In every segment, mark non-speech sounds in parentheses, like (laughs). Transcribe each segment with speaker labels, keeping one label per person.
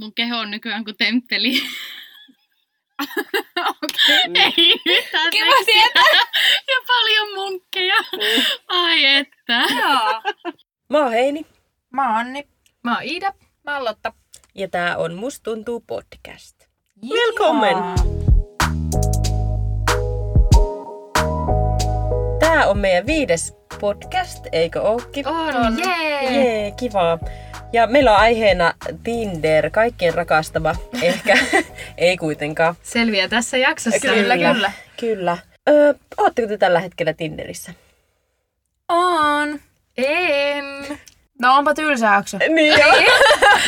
Speaker 1: Mun keho on nykyään kuin temppeli.
Speaker 2: (laughs) Okei.
Speaker 1: Ei mitään
Speaker 2: Kiva
Speaker 1: seksiä.
Speaker 2: tietää.
Speaker 1: (laughs) Ja paljon munkkeja. Ai että.
Speaker 2: Joo.
Speaker 3: Mä oon Heini
Speaker 2: Mä oon Anni. Mä oon Iida. Mä oon Lotta.
Speaker 3: ja tää on Must tuntuu podcast. Willkommen. Tää on meidän viides podcast, eikö ookki?
Speaker 2: On, jee.
Speaker 3: Jee, kivaa. Ja meillä on aiheena Tinder, kaikkien rakastama, ehkä, (laughs) ei kuitenkaan.
Speaker 4: Selviää tässä jaksossa.
Speaker 2: Kyllä, kyllä.
Speaker 3: Kyllä. Öö, ootteko te tällä hetkellä Tinderissä?
Speaker 2: On.
Speaker 4: En.
Speaker 2: No onpa tylsä jakso.
Speaker 3: Niin joo.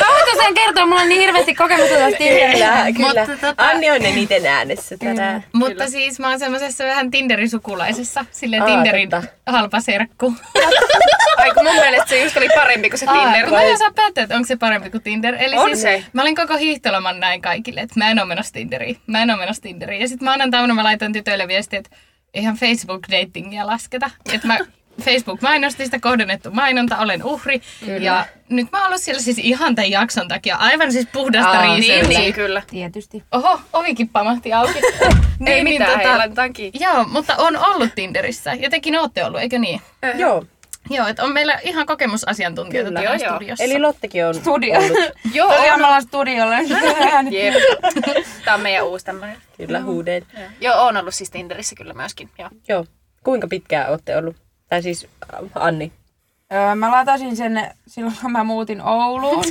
Speaker 2: Voitko sen kertoa? Mulla on niin hirveästi kokemusta tästä Tinderistä.
Speaker 3: Kyllä, kyllä.
Speaker 4: Mutta tota-
Speaker 3: Anni on eniten äänessä tänään.
Speaker 4: Mutta siis mä oon semmoisessa vähän Tinderin sukulaisessa. Silleen
Speaker 3: Aa,
Speaker 4: Tinderin
Speaker 3: totta.
Speaker 4: halpa serkku.
Speaker 5: Ai kun mun mielestä se just oli parempi kuin se Tinder.
Speaker 4: Mä en osaa päättää, että onko se parempi kuin Tinder. Eli
Speaker 5: On
Speaker 4: siis,
Speaker 5: se.
Speaker 4: Mä olin koko hiihtoloman näin kaikille, että mä en oo menossa Tinderiin. Mä en oo menossa Tinderiin. Ja sitten maanantaina mä laitoin tytöille viestiä, että eihän Facebook datingia lasketa. Että mä (laughs) Facebook mainosti sitä kohdennettu mainonta, olen uhri. Ja nyt mä oon ollut siellä siis ihan tämän jakson takia, aivan siis puhdasta
Speaker 5: Niin,
Speaker 4: riiseellä.
Speaker 5: niin, kyllä.
Speaker 2: Tietysti.
Speaker 4: Oho, ovikin pamahti
Speaker 5: (laughs)
Speaker 4: auki. niin,
Speaker 5: Ei mitään, tota... heilantaan kiinni.
Speaker 4: Joo, mutta on ollut Tinderissä. Ja tekin ootte ollut, eikö niin?
Speaker 3: Joo,
Speaker 4: Joo, että on meillä ihan kokemusasiantuntijoita
Speaker 3: Kyllä,
Speaker 4: täällä
Speaker 5: joo, joo.
Speaker 4: studiossa.
Speaker 3: eli Lottekin on
Speaker 2: Studio. (laughs)
Speaker 3: ollut.
Speaker 5: Joo,
Speaker 2: Tosiaan
Speaker 5: on.
Speaker 2: me ollaan (laughs) studiolla.
Speaker 5: Jep. Tää on meidän uusi tämmönen.
Speaker 3: Kyllä, huuden.
Speaker 5: Joo, on ollut siis Tinderissä kyllä myöskin. Joo.
Speaker 3: Joo. Kuinka pitkään olette ollut? Tai siis äh, Anni.
Speaker 2: Öö, mä latasin sen silloin, kun mä muutin
Speaker 5: (laughs)
Speaker 2: Ouluun.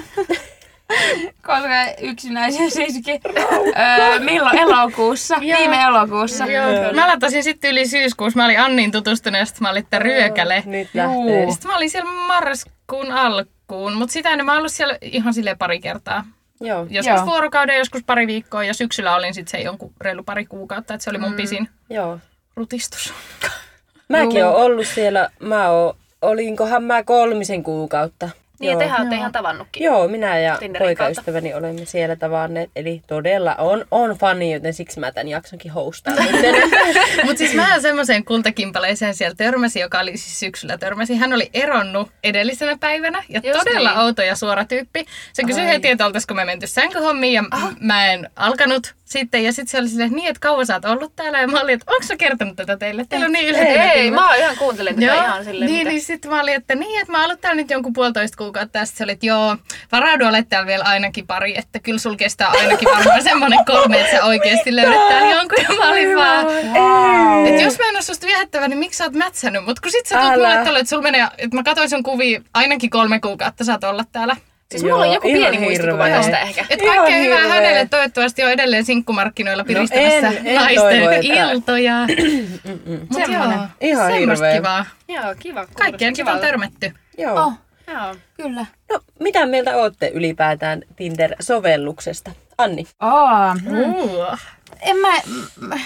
Speaker 2: Koska yksinäisen siski. Öö, milloin? Elokuussa. Viime elokuussa.
Speaker 4: Joo. Mä latasin sitten yli syyskuussa. Mä olin Anniin tutustunut ja sitten mä olin että
Speaker 5: Eh,
Speaker 4: ryökäle.
Speaker 3: Nyt lähtee.
Speaker 2: Juu.
Speaker 4: Sitten mä olin siellä marraskuun alkuun, mutta sitä ennen mä oon ollut siellä ihan sille pari kertaa.
Speaker 3: Joo.
Speaker 4: Joskus
Speaker 2: Joo.
Speaker 4: vuorokauden, joskus pari viikkoa ja syksyllä olin sitten se jonkun reilu pari kuukautta, että se oli mun pisin
Speaker 3: Joo.
Speaker 4: rutistus. (laughs)
Speaker 3: Mäkin oon ollut siellä, mä oon, olinkohan mä kolmisen kuukautta.
Speaker 5: Niin, ja
Speaker 3: Joo.
Speaker 5: tehän ootte ihan tavannutkin.
Speaker 3: Joo, minä ja
Speaker 5: Tinderin
Speaker 3: poikaystäväni olemme siellä tavanneet. Eli todella on, on fani, joten siksi mä tämän jaksonkin hostaan.
Speaker 4: (laughs) Mutta siis mä semmoiseen kultakimpaleeseen siellä törmäsin, joka oli siis syksyllä törmäsin. Hän oli eronnut edellisenä päivänä ja
Speaker 5: Just
Speaker 4: Just todella
Speaker 5: niin.
Speaker 4: niin. outo ja suora tyyppi. Se kysyi heti, että oltaisiko me menty sänkyhommiin ja
Speaker 5: Ah.
Speaker 4: oh. mä en alkanut sitten. Ja sitten se oli silleen, niin, että kauan sä oot ollut täällä. Ja mä olin, että onko sä kertonut tätä teille? Teillä on niin
Speaker 5: Ei,
Speaker 4: ylhäinen
Speaker 5: ei,
Speaker 4: tilanne."
Speaker 5: mä oon ihan kuuntelen tätä
Speaker 4: Joo,
Speaker 5: ihan silleen.
Speaker 4: niin,
Speaker 5: mitä-
Speaker 4: niin sitten mä olin, että niin, että mä oon ollut täällä nyt jonkun puolitoista kuukautta ja sitten olit, joo, varaudu olet täällä vielä ainakin pari, että kyllä sul kestää ainakin varmaan semmonen kolme, että sä oikeesti löydät täällä jonkun ja mä olin vaan,
Speaker 2: Wow.
Speaker 4: et jos mä en oo susta viehättävä, niin miksi sä oot mätsännyt? Mut kun sit sä tulet
Speaker 3: Älä.
Speaker 4: mulle tolle, että sul menee, että mä katoin sun kuvia ainakin kolme kuukautta saat olla täällä.
Speaker 5: (laughs) Siis mulla on
Speaker 3: Joo,
Speaker 5: joku
Speaker 3: ihan
Speaker 5: pieni muistikuva
Speaker 3: hirveä.
Speaker 5: tästä ehkä.
Speaker 4: Et
Speaker 3: Ihan
Speaker 4: kaikkea hyvää
Speaker 3: hirveä. No
Speaker 4: hänelle toivottavasti on edelleen sinkkumarkkinoilla piristämässä
Speaker 3: en- Mm, en
Speaker 4: naisten
Speaker 3: toivo, että-
Speaker 4: iltoja. Mut joo,
Speaker 3: Ihan
Speaker 4: semmoista
Speaker 3: hirveä.
Speaker 4: kivaa.
Speaker 5: Joo, kiva. kuulosti
Speaker 4: Kaikkeen sitä on
Speaker 5: kivalta.
Speaker 4: törmätty.
Speaker 3: Joo.
Speaker 2: Oh.
Speaker 5: Joo.
Speaker 2: Kyllä.
Speaker 3: No, mitä mieltä ootte ylipäätään Tinder-sovelluksesta? Anni.
Speaker 2: Oh.
Speaker 4: Uh.
Speaker 2: En mä... m-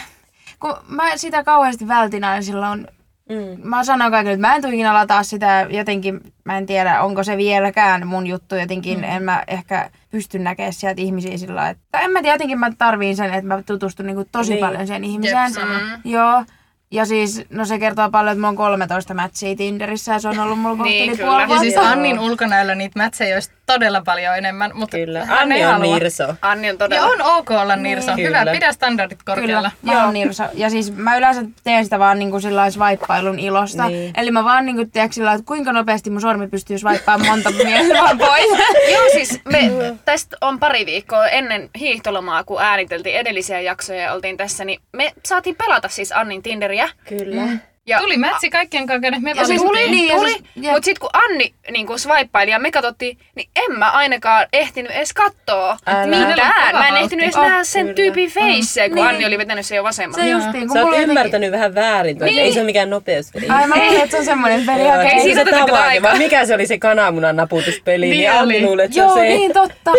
Speaker 2: Kun mä sitä kauheasti vältin aina silloin.
Speaker 3: Mm.
Speaker 2: Mä sanon kaikille, että mä en tule ikinä lataa sitä jotenkin, mä en tiedä, onko se vieläkään mun juttu jotenkin, mm. en mä ehkä pysty näkemään sieltä ihmisiä sillä lailla. että- Tai en mä tiedä, jotenkin mä tarviin sen, että mä tutustun niinku tosi
Speaker 3: Niin.
Speaker 2: niin. paljon sen ihmiseen.
Speaker 4: Jep, sama.
Speaker 2: Joo. Ja siis, no se kertoo paljon, että mulla on 13 matchia Tinderissä ja se on ollut mulla kohta
Speaker 5: Niin,
Speaker 2: yli
Speaker 5: kyllä.
Speaker 2: puoli
Speaker 4: Ja
Speaker 2: vuotta.
Speaker 4: siis
Speaker 3: Joo.
Speaker 4: Annin ulkonäöllä niitä mätsejä olisi todella paljon enemmän, mutta
Speaker 3: Kyllä.
Speaker 4: hän ei
Speaker 3: Anni on
Speaker 4: halua.
Speaker 3: nirso.
Speaker 5: Anni on
Speaker 4: Ja
Speaker 5: todella...
Speaker 4: on ok olla nirso.
Speaker 3: Niin.
Speaker 4: Hyvä,
Speaker 3: Kyllä.
Speaker 4: pidä standardit korkealla.
Speaker 2: Kyllä, mä oon nirso. Ja siis mä yleensä teen sitä vaan niinku sillä lailla swipeailun ilosta.
Speaker 3: Niin.
Speaker 2: Niin. Eli mä vaan niinku tiedän sillä lailla, että kuinka nopeasti mun sormi pystyy swipeaamaan monta miestä vaan pois.
Speaker 5: Joo, siis me, tästä on pari viikkoa ennen hiihtolomaa, kun ääniteltiin edellisiä jaksoja ja oltiin tässä, niin me saatiin pelata siis Annin Tinderiä.
Speaker 3: Kyllä.
Speaker 5: Ja
Speaker 4: Tuli mätsi kaikkien kaiken, me
Speaker 5: Ja se tuli,
Speaker 4: valittiin.
Speaker 5: niin,
Speaker 2: (laughs) ja
Speaker 5: tuli.
Speaker 2: siis- jep.
Speaker 5: mutta sitten kun Anni niin kun swipeili ja me katsottiin, niin en mä ainakaan ehtinyt edes katsoa
Speaker 3: Älä.
Speaker 5: mitään.
Speaker 4: Hänellä on
Speaker 5: Mä en
Speaker 4: kova
Speaker 5: ehtinyt edes
Speaker 2: vauhti.
Speaker 5: nähdä sen tyypin faceä, kun Anni oli vetänyt sen jo vasemmalle.
Speaker 2: Se justiin, kun
Speaker 3: Sä oot
Speaker 2: mulla jotenkin-
Speaker 3: ymmärtänyt vähän väärin, niin. ei se ole mikään nopeuspeli.
Speaker 2: Ai mä luulen, että se on semmoinen peli.
Speaker 3: Joo,
Speaker 2: Okei,
Speaker 3: ei
Speaker 2: siis...
Speaker 3: siinä
Speaker 5: siinä
Speaker 3: se
Speaker 5: oteta kyllä
Speaker 3: tamaani,
Speaker 5: aikaa.
Speaker 3: vaan mikä se oli se kananmunan naputuspeli, niin,
Speaker 4: Niin
Speaker 3: niin Anni
Speaker 4: oli.
Speaker 3: luulee, että se on
Speaker 2: Joo,
Speaker 3: se (laughs)
Speaker 2: niin totta.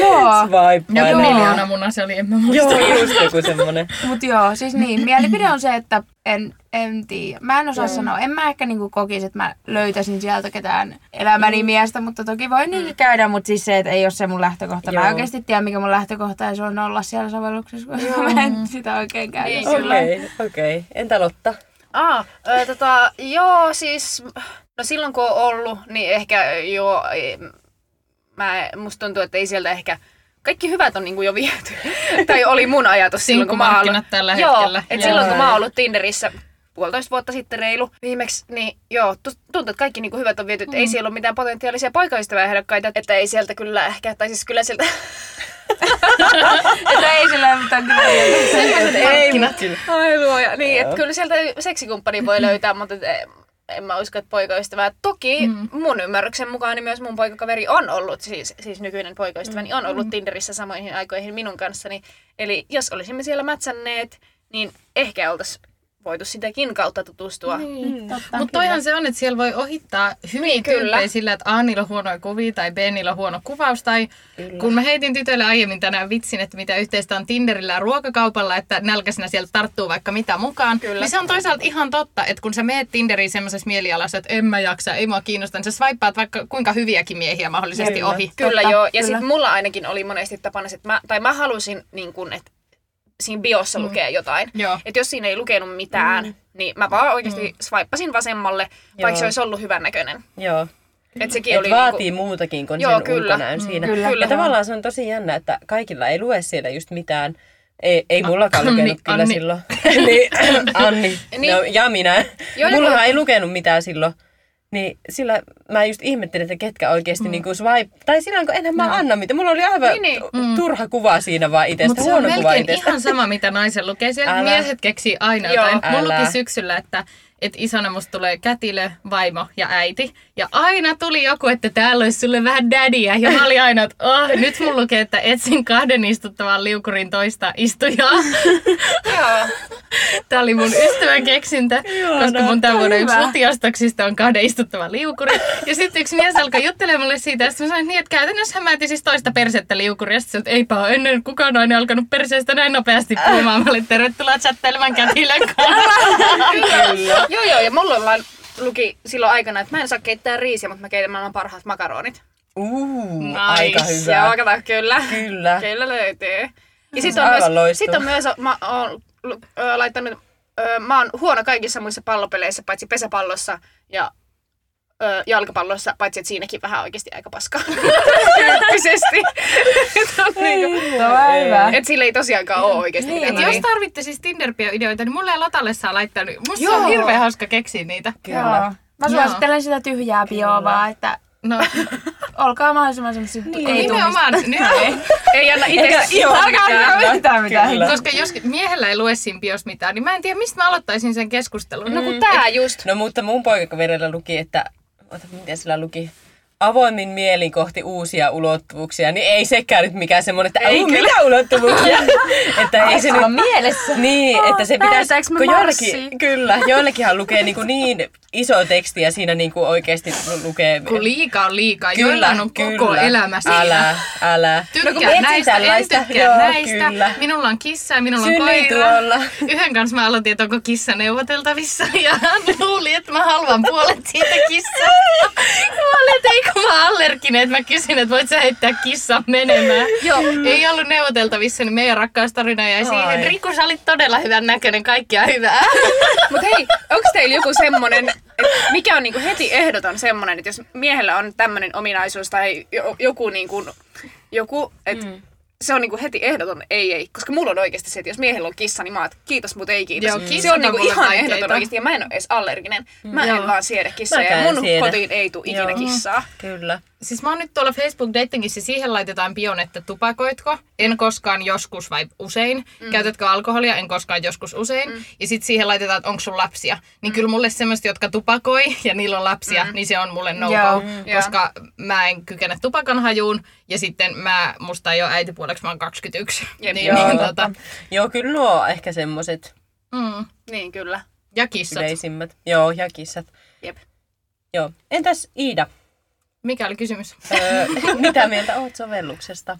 Speaker 2: joo.
Speaker 3: swipe.
Speaker 4: Joku
Speaker 3: Joo.
Speaker 4: miljoona muna se oli, en mä muista.
Speaker 3: Joo, just joku semmonen.
Speaker 2: Mut joo, siis niin. Mielipide on se, että en, en tiedä. Mä en osaa sanoa. En mä ehkä niinku kokisi, että mä löytäisin sieltä ketään elämäni miestä, mutta toki voi niinkin käydä. Mutta siis se, että ei ole se mun lähtökohta. Mä
Speaker 3: Joo.
Speaker 2: oikeasti tiedän, mikä mun lähtökohta ja se on olla siellä sovelluksessa, koska (laughs) mä en sitä oikein käy.
Speaker 3: Niin,
Speaker 5: Ei,
Speaker 2: sillä lailla.
Speaker 3: Okei, okay, okei. Okay. Entä Lotta?
Speaker 5: Aa, ö, tota, joo, siis... No silloin kun on ollut, niin ehkä joo... ei- Mä, musta tuntuu, että ei sieltä ehkä kaikki hyvät on niinku
Speaker 4: (laughs)
Speaker 5: jo viety. tai oli mun ajatus silloin, kun mä oon ollut.
Speaker 4: Sinkkumarkkinat tällä
Speaker 5: joo,
Speaker 4: hetkellä.
Speaker 5: Et
Speaker 4: Joo.
Speaker 5: silloin, kun mä oon ollut Tinderissä puolitoista vuotta sitten reilu viimeksi, niin joo, tu- tuntuu, että kaikki niinku hyvät on viety, että
Speaker 4: Mm.
Speaker 5: ei siellä ole mitään potentiaalisia paikallisia ehdokkaita, että ei sieltä kyllä ehkä, tai siis kyllä sieltä
Speaker 2: (laughs) Että ei sillä mitään kyllä.
Speaker 5: sellaiset
Speaker 3: Markkinat.
Speaker 5: Ai luoja. Niin, että kyllä sieltä seksikumppani voi löytää, mutta et en- en mä usko, että poikaystävää. Toki mm. mun ymmärryksen mukaan niin myös mun poikakaveri on ollut, siis, siis nykyinen poikaystäväni on ollut Tinderissä samoihin aikoihin minun kanssani. Eli jos olisimme siellä mätsänneet, niin ehkä oltaisiin voitu sitäkin kautta tutustua. Niin.
Speaker 4: Mutta toihan se on, että siellä voi ohittaa hyviä niin,
Speaker 5: kyllä.
Speaker 4: tyyppejä sillä, että A, niillä on huonoja kuvia tai B, niillä on huono kuvaus. Tai kyllä. kun mä heitin tytölle aiemmin tänään vitsin, että mitä yhteistä on Tinderillä ja ruokakaupalla, että nälkäisenä sieltä tarttuu vaikka mitä mukaan. Kyllä. Niin se on toisaalta ihan totta, että kun sä meet Tinderiin semmoisessa mielialassa, että en mä jaksa, ei mua kiinnosta, niin sä swipeaat vaikka kuinka hyviäkin miehiä mahdollisesti
Speaker 3: Kyllä.
Speaker 4: ohi.
Speaker 5: Kyllä
Speaker 2: Totta,
Speaker 5: joo. Ja
Speaker 2: kyllä.
Speaker 5: sitten mulla ainakin oli monesti tapana, se, että mä, tai mä halusin, niin kun, että siinä biossa lukee jotain.
Speaker 4: Joo.
Speaker 5: Että jos siinä ei lukenut mitään, mm. niin mä vaan oikeasti mm. swippasin vasemmalle, joo. vaikka se olisi ollut hyvännäköinen.
Speaker 3: Joo.
Speaker 5: Että sekin
Speaker 3: Et
Speaker 5: oli
Speaker 3: vaatii
Speaker 5: niinku,
Speaker 3: niinku... muutakin kuin
Speaker 5: Joo,
Speaker 3: sen
Speaker 5: kyllä.
Speaker 3: ulkonäön siinä.
Speaker 2: Kyllä.
Speaker 3: Ja
Speaker 5: Kyllä.
Speaker 3: tavallaan se on tosi jännä, että kaikilla ei lue siellä just mitään. Ei, ei mullakaan lukenut kyllä
Speaker 4: Anni.
Speaker 3: silloin. niin, Anni.
Speaker 5: Niin.
Speaker 3: Niin. No, ja minä.
Speaker 5: Joo,
Speaker 3: Joo,
Speaker 5: ja
Speaker 3: Mullahan
Speaker 5: kyllä.
Speaker 3: ei lukenut mitään silloin. Niin sillä mä just ihmettelin, että ketkä oikeasti mm. niinku swipe... Tai silloin, kun enhän mä no. anna mitään. Mulla oli aivan
Speaker 5: Niin, niin.
Speaker 3: tu- turha kuva siinä vaan itsestä,
Speaker 4: Mutta se on
Speaker 3: huono kuva
Speaker 4: melkein
Speaker 3: itsestä.
Speaker 4: ihan sama, mitä naisen lukee. Siellä
Speaker 3: Älä.
Speaker 4: Älä. miehet keksii aina
Speaker 5: Joo.
Speaker 4: jotain. Mulla
Speaker 3: Älä.
Speaker 4: luki syksyllä, että et isona musta tulee kätilö, vaimo ja äiti. Ja aina tuli joku, että täällä olisi sulle vähän dädiä. Ja mä olin aina, että oh, nyt mulla lukee, että etsin kahden istuttavan liukurin toista istujaa.
Speaker 3: (laughs)
Speaker 5: joo,
Speaker 4: Tämä oli mun ystävän keksintä, koska mun tämän vuoden yksi lutiostoksista on kahden istuttava liukuri. Ja sitten yksi mies alkoi juttelemaan mulle siitä, ja sitten mä sanoin, niin, että käytännössä mä etin siis toista persettä liukuria. Ja sitten eipä ole ennen kukaan nainen alkanut perseestä näin nopeasti puhumaan. Mä olin, tervetuloa chattailemaan kätilön kanssa.
Speaker 5: kyllä. niinku- joo, joo, ja mulla vaan luki silloin aikana, että mä en saa keittää riisiä, mutta mä keitän maailman parhaat makaronit.
Speaker 3: Uu,
Speaker 4: Nice.
Speaker 3: aika
Speaker 5: Ja
Speaker 3: hyvä.
Speaker 5: kato, kyllä.
Speaker 3: Kyllä.
Speaker 5: Kyllä löytyy. Ja sit on
Speaker 3: Aivan
Speaker 5: myös,
Speaker 3: loistava.
Speaker 5: sit on myös mä oon lu- ö, laittanut, ö, mä oon huono kaikissa muissa pallopeleissä, paitsi pesäpallossa ja ö, jalkapallossa, paitsi että siinäkin vähän oikeasti aika (laughs) paskaa. (laughs) Tyyppisesti. Et on niinku-
Speaker 2: Tuo on hyvä.
Speaker 5: Et sillä ei Niin. tosiaankaan ole oikeasti mitään.
Speaker 4: Et jos tarvitte siis Tinder-ideoita, niin mulle ja Lotalle saa laittaa. niin Musta Joo.
Speaker 5: Joo.
Speaker 4: on hirveän hauska keksiä niitä.
Speaker 2: Joo. Mä suosittelen sitä tyhjää bioa vaan, että
Speaker 4: No,
Speaker 2: olkaa mahdollisimman semmoisia, ei tunnista.
Speaker 4: Niin, nimenomaan niin nyt.
Speaker 5: ei anna itsestä
Speaker 2: Alkaa hyvä mitään mitään.
Speaker 3: Kyllä.
Speaker 4: Koska jos miehellä ei lue siinä bios mitään, niin mä en tiedä, mistä mä aloittaisin sen keskustelun.
Speaker 5: No kun tää just.
Speaker 3: No mutta mun poikakaverilla luki, että, ota, miten sillä luki, avoimin mielin kohti uusia ulottuvuuksia, niin ei sekään nyt mikään semmoinen, että ei mitä
Speaker 4: (laughs)
Speaker 3: ulottuvuuksia. että ei se nyt,
Speaker 2: mielessä.
Speaker 3: niin, että se pitäisi,
Speaker 2: päästäänkö me
Speaker 3: kun
Speaker 2: Marsiin?
Speaker 3: joillekin, kyllä, joillekinhan lukee niin, kuin niin iso teksti ja siinä niin kuin oikeasti lukee.
Speaker 4: Kun liikaa on liikaa, joillain on koko
Speaker 3: kyllä.
Speaker 4: elämä siinä.
Speaker 3: Älä,
Speaker 4: (laughs)
Speaker 3: älä. No kun
Speaker 4: Tykkään
Speaker 3: mietin
Speaker 4: näistä, en
Speaker 3: tällaista,
Speaker 4: tykkää
Speaker 3: joo,
Speaker 4: näistä.
Speaker 3: kyllä.
Speaker 4: Minulla on kissa ja minulla on
Speaker 3: Synnyin
Speaker 4: koira.
Speaker 3: tuolla.
Speaker 4: Yhden kanssa mä aloitin, että onko kissa neuvoteltavissa. (laughs) Ja hän luuli, että mä haluan puolet siitä kissasta. Ja mä olin, että eikö mä allerginen, että mä kysyin, että voit sä heittää kissan menemään. Joo. Ei ollut neuvoteltavissa, niin meidän rakkaustarina jäi siihen. Riku, sä olit todella hyvän näköinen, kaikkia hyvää. (laughs)
Speaker 5: Mut hei, onks teillä joku semmonen, et mikä on niinku heti ehdoton semmonen, että jos miehellä on tämmönen ominaisuus tai jo, joku niinku, joku, että mm. se on niinku heti ehdoton ei ei. Koska mulla on oikeasti se, että jos miehellä on kissa, niin mä oon, että kiitos, mutta ei kiitos.
Speaker 4: Joo,
Speaker 5: se
Speaker 4: kissat
Speaker 5: on
Speaker 4: on
Speaker 5: niinku
Speaker 4: mulle
Speaker 5: ihan
Speaker 4: vaikeita.
Speaker 5: ehdoton oikeasti ja mä en ole edes allerginen. Mä en
Speaker 4: Joo.
Speaker 5: vaan siedä kissaa
Speaker 3: Mäkään
Speaker 5: ja
Speaker 3: en
Speaker 5: mun
Speaker 3: siedä.
Speaker 5: kotiin ei tule ikinä
Speaker 3: Joo.
Speaker 5: kissaa.
Speaker 3: Kyllä.
Speaker 4: Siis mä oon nyt tuolla Facebook Datingissa, siihen laitetaan pion, että tupakoitko, en koskaan joskus vai usein, mm. käytätkö alkoholia, en koskaan joskus usein, mm. ja sitten siihen laitetaan, että onko sun lapsia. Niin kyllä mulle semmoista, jotka tupakoi ja niillä on lapsia, mm. niin se on mulle no
Speaker 2: Joo.
Speaker 4: go, koska mä en kykene tupakan hajuun, ja sitten mä, musta ei ole äitipuoleksi, mä oon 21.
Speaker 5: Jep.
Speaker 4: niin,
Speaker 3: Joo.
Speaker 4: niin, tota,
Speaker 3: Joo, kyllä nuo on ehkä semmoiset
Speaker 4: mm.
Speaker 5: Niin kyllä.
Speaker 4: Ja kissat.
Speaker 3: yleisimmät. Joo, ja kissat.
Speaker 5: Jep.
Speaker 3: Joo. Entäs Iida?
Speaker 4: Mikä oli kysymys?
Speaker 3: Öö, (laughs) mitä mieltä oot sovelluksesta?